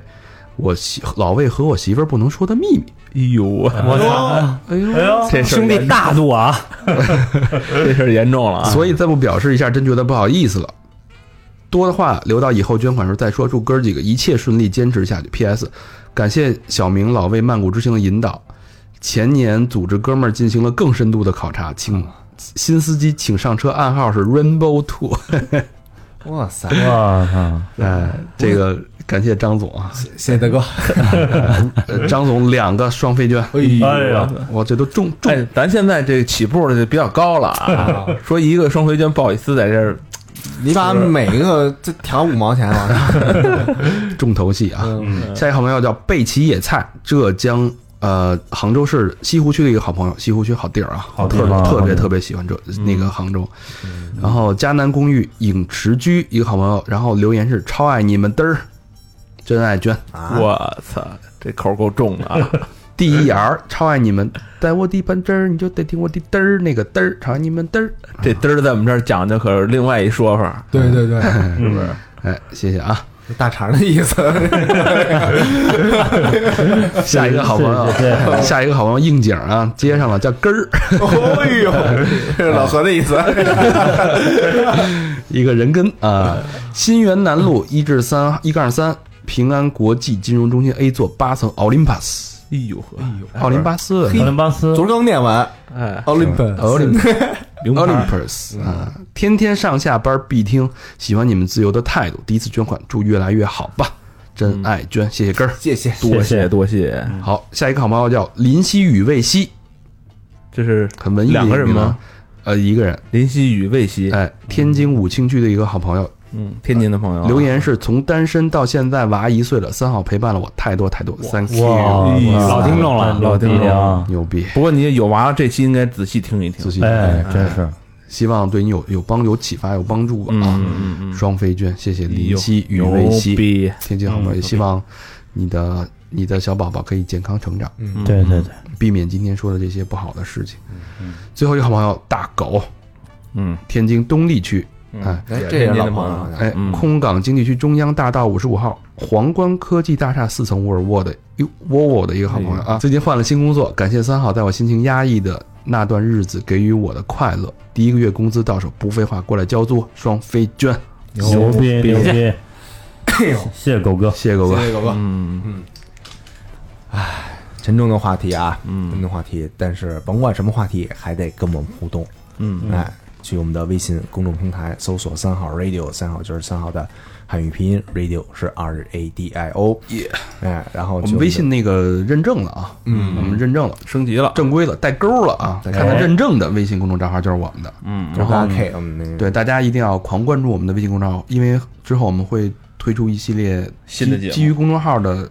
[SPEAKER 2] 我媳老魏和我媳妇儿不能说的秘密。
[SPEAKER 3] 哎呦，
[SPEAKER 5] 我操，
[SPEAKER 2] 哎呦，
[SPEAKER 5] 哎呦，
[SPEAKER 3] 这事儿
[SPEAKER 6] 兄弟大 度啊！
[SPEAKER 3] 这事儿严重了啊！
[SPEAKER 2] 所以再不表示一下，真觉得不好意思了。多的话留到以后捐款时候再说。祝哥儿几个一切顺利，坚持下去。P.S. 感谢小明老为曼谷之行的引导。前年组织哥们儿进行了更深度的考察，请
[SPEAKER 5] 嗯
[SPEAKER 2] 新司机请上车，暗号是 Rainbow Two。
[SPEAKER 4] 哎哇塞，
[SPEAKER 5] 我操，
[SPEAKER 2] 哎， 这个感谢张总啊，
[SPEAKER 4] 谢谢大哥，
[SPEAKER 2] 呃张总两个双飞捐，
[SPEAKER 4] 哎
[SPEAKER 5] 哎呀，
[SPEAKER 2] 我这都中中
[SPEAKER 3] 哎，咱现在这起步的就比较高了 啊！说一个双回捐，不好意思，在这儿
[SPEAKER 4] 你把每一个就调五毛钱往上，
[SPEAKER 2] 重头戏啊。
[SPEAKER 5] 嗯
[SPEAKER 2] 下一个好朋友叫贝奇野菜，浙江呃杭州市西湖区的一个好朋友，西湖区好地儿啊，
[SPEAKER 5] 好地
[SPEAKER 2] 特
[SPEAKER 5] 方啊
[SPEAKER 2] 特
[SPEAKER 5] 好地
[SPEAKER 2] 别
[SPEAKER 5] 方嗯
[SPEAKER 2] 特别喜欢这那个杭州。然后迦南公寓影池居一个好朋友，然后留言是超爱你们嘚儿，真爱娟
[SPEAKER 4] 啊
[SPEAKER 3] 我操，这口够重 的啊！
[SPEAKER 2] D E R 超爱你们，在我的半针儿你就得听我的嘚儿那个嘚儿，超爱你们嘚儿。
[SPEAKER 3] 这嘚儿在我们这儿讲究可是另外一说法。
[SPEAKER 4] 对对对，
[SPEAKER 5] 是不是？
[SPEAKER 2] 哎，谢谢啊！
[SPEAKER 4] 大肠的意思，
[SPEAKER 2] 下一个好朋友啊
[SPEAKER 5] 是 是，
[SPEAKER 2] 下一个好朋友应景啊，接上了叫根儿，
[SPEAKER 4] 哎呦，哎这是老何的意思，
[SPEAKER 2] 一个人根啊，新源南路一至三一杠三平安国际金融中心 A 座八层啊奥林巴斯，
[SPEAKER 3] 哎呦呵，
[SPEAKER 2] 奥林巴斯，
[SPEAKER 5] 奥林巴斯
[SPEAKER 4] 昨儿刚念完
[SPEAKER 3] 哎，
[SPEAKER 4] Olympus，
[SPEAKER 2] 奥林
[SPEAKER 3] 零
[SPEAKER 2] 奥
[SPEAKER 3] 八
[SPEAKER 2] 林巴斯啊，天天上下班必听，喜欢你们自由的态度，第一次捐款，祝越来越好吧，真爱捐，谢谢根儿。
[SPEAKER 4] 谢谢，
[SPEAKER 3] 多谢多谢，
[SPEAKER 2] 好，下一个好朋友叫林夕与魏夕，
[SPEAKER 3] 这是
[SPEAKER 2] 很文艺，
[SPEAKER 3] 两个人吗？
[SPEAKER 2] 呃，一个人，
[SPEAKER 3] 林夕与魏夕，
[SPEAKER 2] 哎，天津武清区的一个好朋友，
[SPEAKER 3] 嗯，天津的朋友啊
[SPEAKER 2] 留，言是从单身到现在娃一岁了，三好陪伴了我太多太多，thank
[SPEAKER 3] 哎
[SPEAKER 5] 哇
[SPEAKER 2] you，
[SPEAKER 5] 老
[SPEAKER 6] 啊听众了
[SPEAKER 5] 老听众啊，
[SPEAKER 2] 牛逼，
[SPEAKER 3] 不过你有娃了，这期应该仔细听一听
[SPEAKER 2] 仔。细，
[SPEAKER 5] 哎，真是
[SPEAKER 2] 希望对你有有帮有启发有帮助吧
[SPEAKER 3] 嗯
[SPEAKER 2] 啊！
[SPEAKER 3] 嗯嗯，
[SPEAKER 2] 双飞娟，谢谢林夕与
[SPEAKER 3] 牛
[SPEAKER 2] 魏夕，
[SPEAKER 3] 逼，
[SPEAKER 2] 天津好朋友，也希望你的你的小宝宝可以健康成长，
[SPEAKER 5] 对对对，
[SPEAKER 2] 避免今天说的这些不好的事情。最后一个好朋友大狗，
[SPEAKER 3] 嗯，
[SPEAKER 2] 天津东丽区哎
[SPEAKER 4] 哎，
[SPEAKER 3] 也
[SPEAKER 4] 这
[SPEAKER 3] 是
[SPEAKER 4] 也是
[SPEAKER 3] 您
[SPEAKER 4] 老
[SPEAKER 3] 的
[SPEAKER 4] 朋
[SPEAKER 3] 朋
[SPEAKER 4] 友
[SPEAKER 3] 友
[SPEAKER 4] 好像，
[SPEAKER 2] 哎
[SPEAKER 3] 嗯，
[SPEAKER 2] 空港经济区中央大道五十五号皇冠科技大厦四层沃尔沃的沃沃的一个好朋友啊，最近换了新工作，感谢三号在我心情压抑的那段日子给予我的快乐。第一个月工资到手，不废话，过来交租，双飞捐，
[SPEAKER 5] 牛逼牛逼！谢谢狗哥，
[SPEAKER 2] 谢谢狗哥。
[SPEAKER 4] 谢谢狗哥。
[SPEAKER 3] 嗯
[SPEAKER 4] 沉重的话题啊，
[SPEAKER 3] 嗯
[SPEAKER 4] 沉重的话题，但是甭管什么话题，还得跟我们互动。
[SPEAKER 3] 嗯，
[SPEAKER 4] 哎，去我们的微信公众平台搜索“三好 radio”，三好就是三好的汉语拼音，radio 是 R A D I O。哎，然后
[SPEAKER 2] 我
[SPEAKER 4] 去
[SPEAKER 2] 们
[SPEAKER 4] 的
[SPEAKER 2] 微信那个认证了啊，嗯，我们认证了，
[SPEAKER 3] 升级了，
[SPEAKER 2] 正规了，带勾了啊。
[SPEAKER 4] 带
[SPEAKER 2] 看
[SPEAKER 4] 勾
[SPEAKER 2] 他认证的微信公众账号就是我们的。
[SPEAKER 3] 嗯
[SPEAKER 4] 就是大 K，我们那个
[SPEAKER 2] 对，大家一定要狂关注我们的微信公众号，因为之后我们会推出一系列
[SPEAKER 3] 新的节目
[SPEAKER 2] 基于公众号的，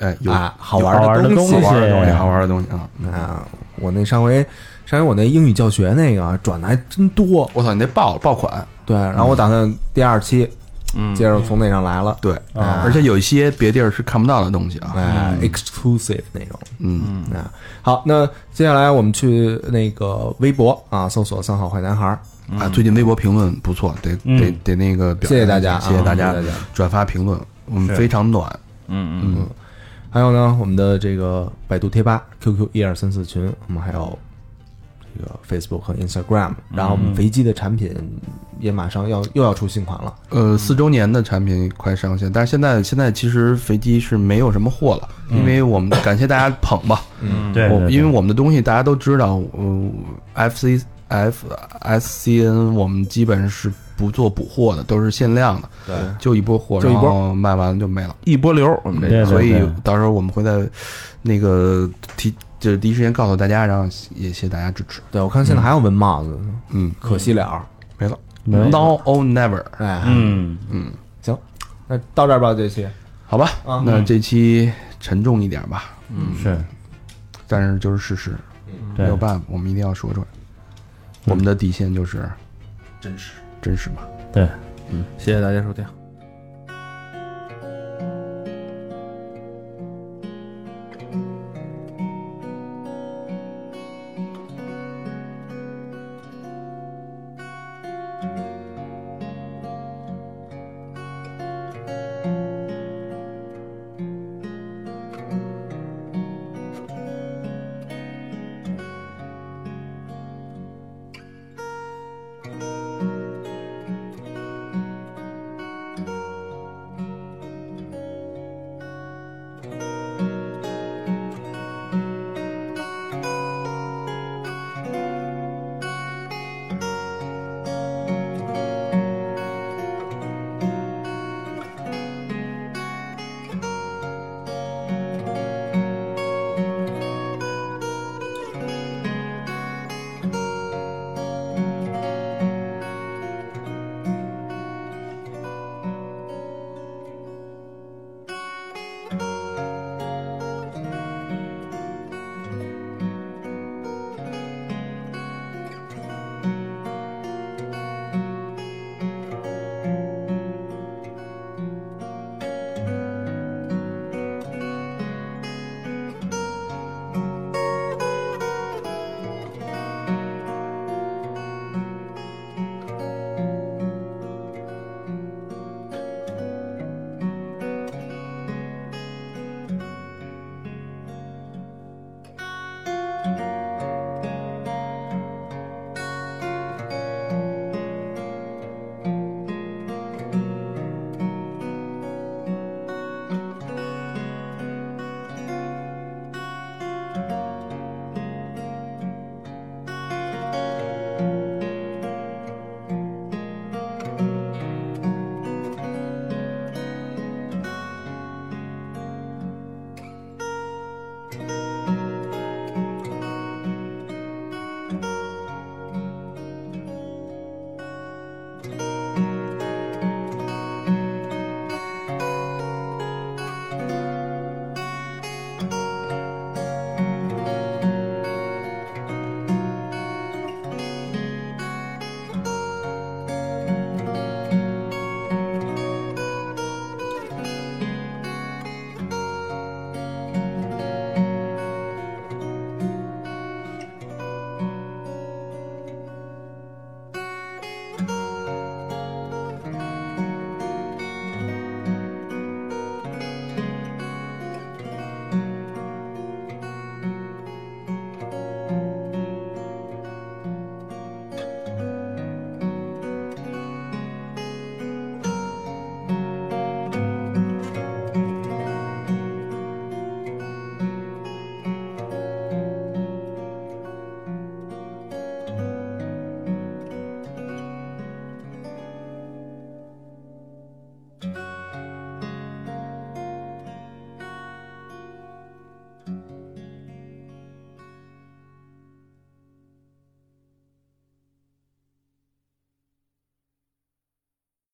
[SPEAKER 2] 哎，有
[SPEAKER 4] 啊，好
[SPEAKER 5] 好玩
[SPEAKER 4] 玩
[SPEAKER 5] 的
[SPEAKER 4] 东
[SPEAKER 5] 东
[SPEAKER 2] 好玩的
[SPEAKER 5] 西
[SPEAKER 2] 东西，好玩的东西啊！
[SPEAKER 4] 啊！我那上回上回我那英语教学那个啊转的还真多，
[SPEAKER 2] 我操，你那爆爆款，
[SPEAKER 4] 对，然后我打算第二期
[SPEAKER 3] 嗯
[SPEAKER 4] 接着从那上来了，
[SPEAKER 2] 对，
[SPEAKER 5] 啊
[SPEAKER 2] 而且有一些别地儿是看不到的东西啊，
[SPEAKER 4] 哎，exclusive 那种。
[SPEAKER 2] 嗯，
[SPEAKER 4] 啊，好，那接下来我们去那个微博啊，搜索“三好坏男孩儿
[SPEAKER 2] 啊，最近微博评论不错，得
[SPEAKER 5] 嗯
[SPEAKER 2] 得得那个表
[SPEAKER 4] 谢谢大
[SPEAKER 2] 扬一
[SPEAKER 4] 家
[SPEAKER 2] 下
[SPEAKER 4] 啊
[SPEAKER 2] 谢谢大家
[SPEAKER 4] 谢谢大家
[SPEAKER 2] 转发评论，我们非常暖，
[SPEAKER 3] 嗯嗯，
[SPEAKER 2] 嗯，”，
[SPEAKER 4] 还有呢，我们的这个百度贴吧、QQ 一二三四群，我们还有这个 Facebook 和 Instagram，然后我们飞机的产品也马上要又要出新款了，
[SPEAKER 2] 呃，四周年的产品快上线，但是现在现在其实肥机是没有什么货了，因为我们感谢大家捧吧，
[SPEAKER 5] 对，
[SPEAKER 2] 我
[SPEAKER 5] 对
[SPEAKER 2] 因为我们的东西大家都知道，嗯、f C F S C N 我们基本是不做补货的，都是限量的，
[SPEAKER 4] 对，
[SPEAKER 2] 就一波货，
[SPEAKER 4] 就一波
[SPEAKER 2] 然后卖完了就没了。
[SPEAKER 3] 一波流，嗯我们这
[SPEAKER 5] 对对
[SPEAKER 2] 所以到时候我们会在那个提，就是第一时间告诉大家，然后也谢谢大家支持。
[SPEAKER 4] 对我看现在还有文帽子，
[SPEAKER 2] 嗯，
[SPEAKER 4] 可惜了，
[SPEAKER 2] 没了
[SPEAKER 5] 没了
[SPEAKER 2] ，Now or Never，
[SPEAKER 4] 哎，
[SPEAKER 5] 嗯，
[SPEAKER 4] 行，那到这儿吧，这期
[SPEAKER 2] 好吧
[SPEAKER 4] 啊？嗯
[SPEAKER 2] 那这期沉重一点吧，嗯
[SPEAKER 5] 是
[SPEAKER 2] 但是就是事实，没
[SPEAKER 5] 对嗯
[SPEAKER 2] 有，办法，我们一定要说出来。我们的底线就是真实，真实嘛。
[SPEAKER 5] 对。
[SPEAKER 3] 谢谢大家收听。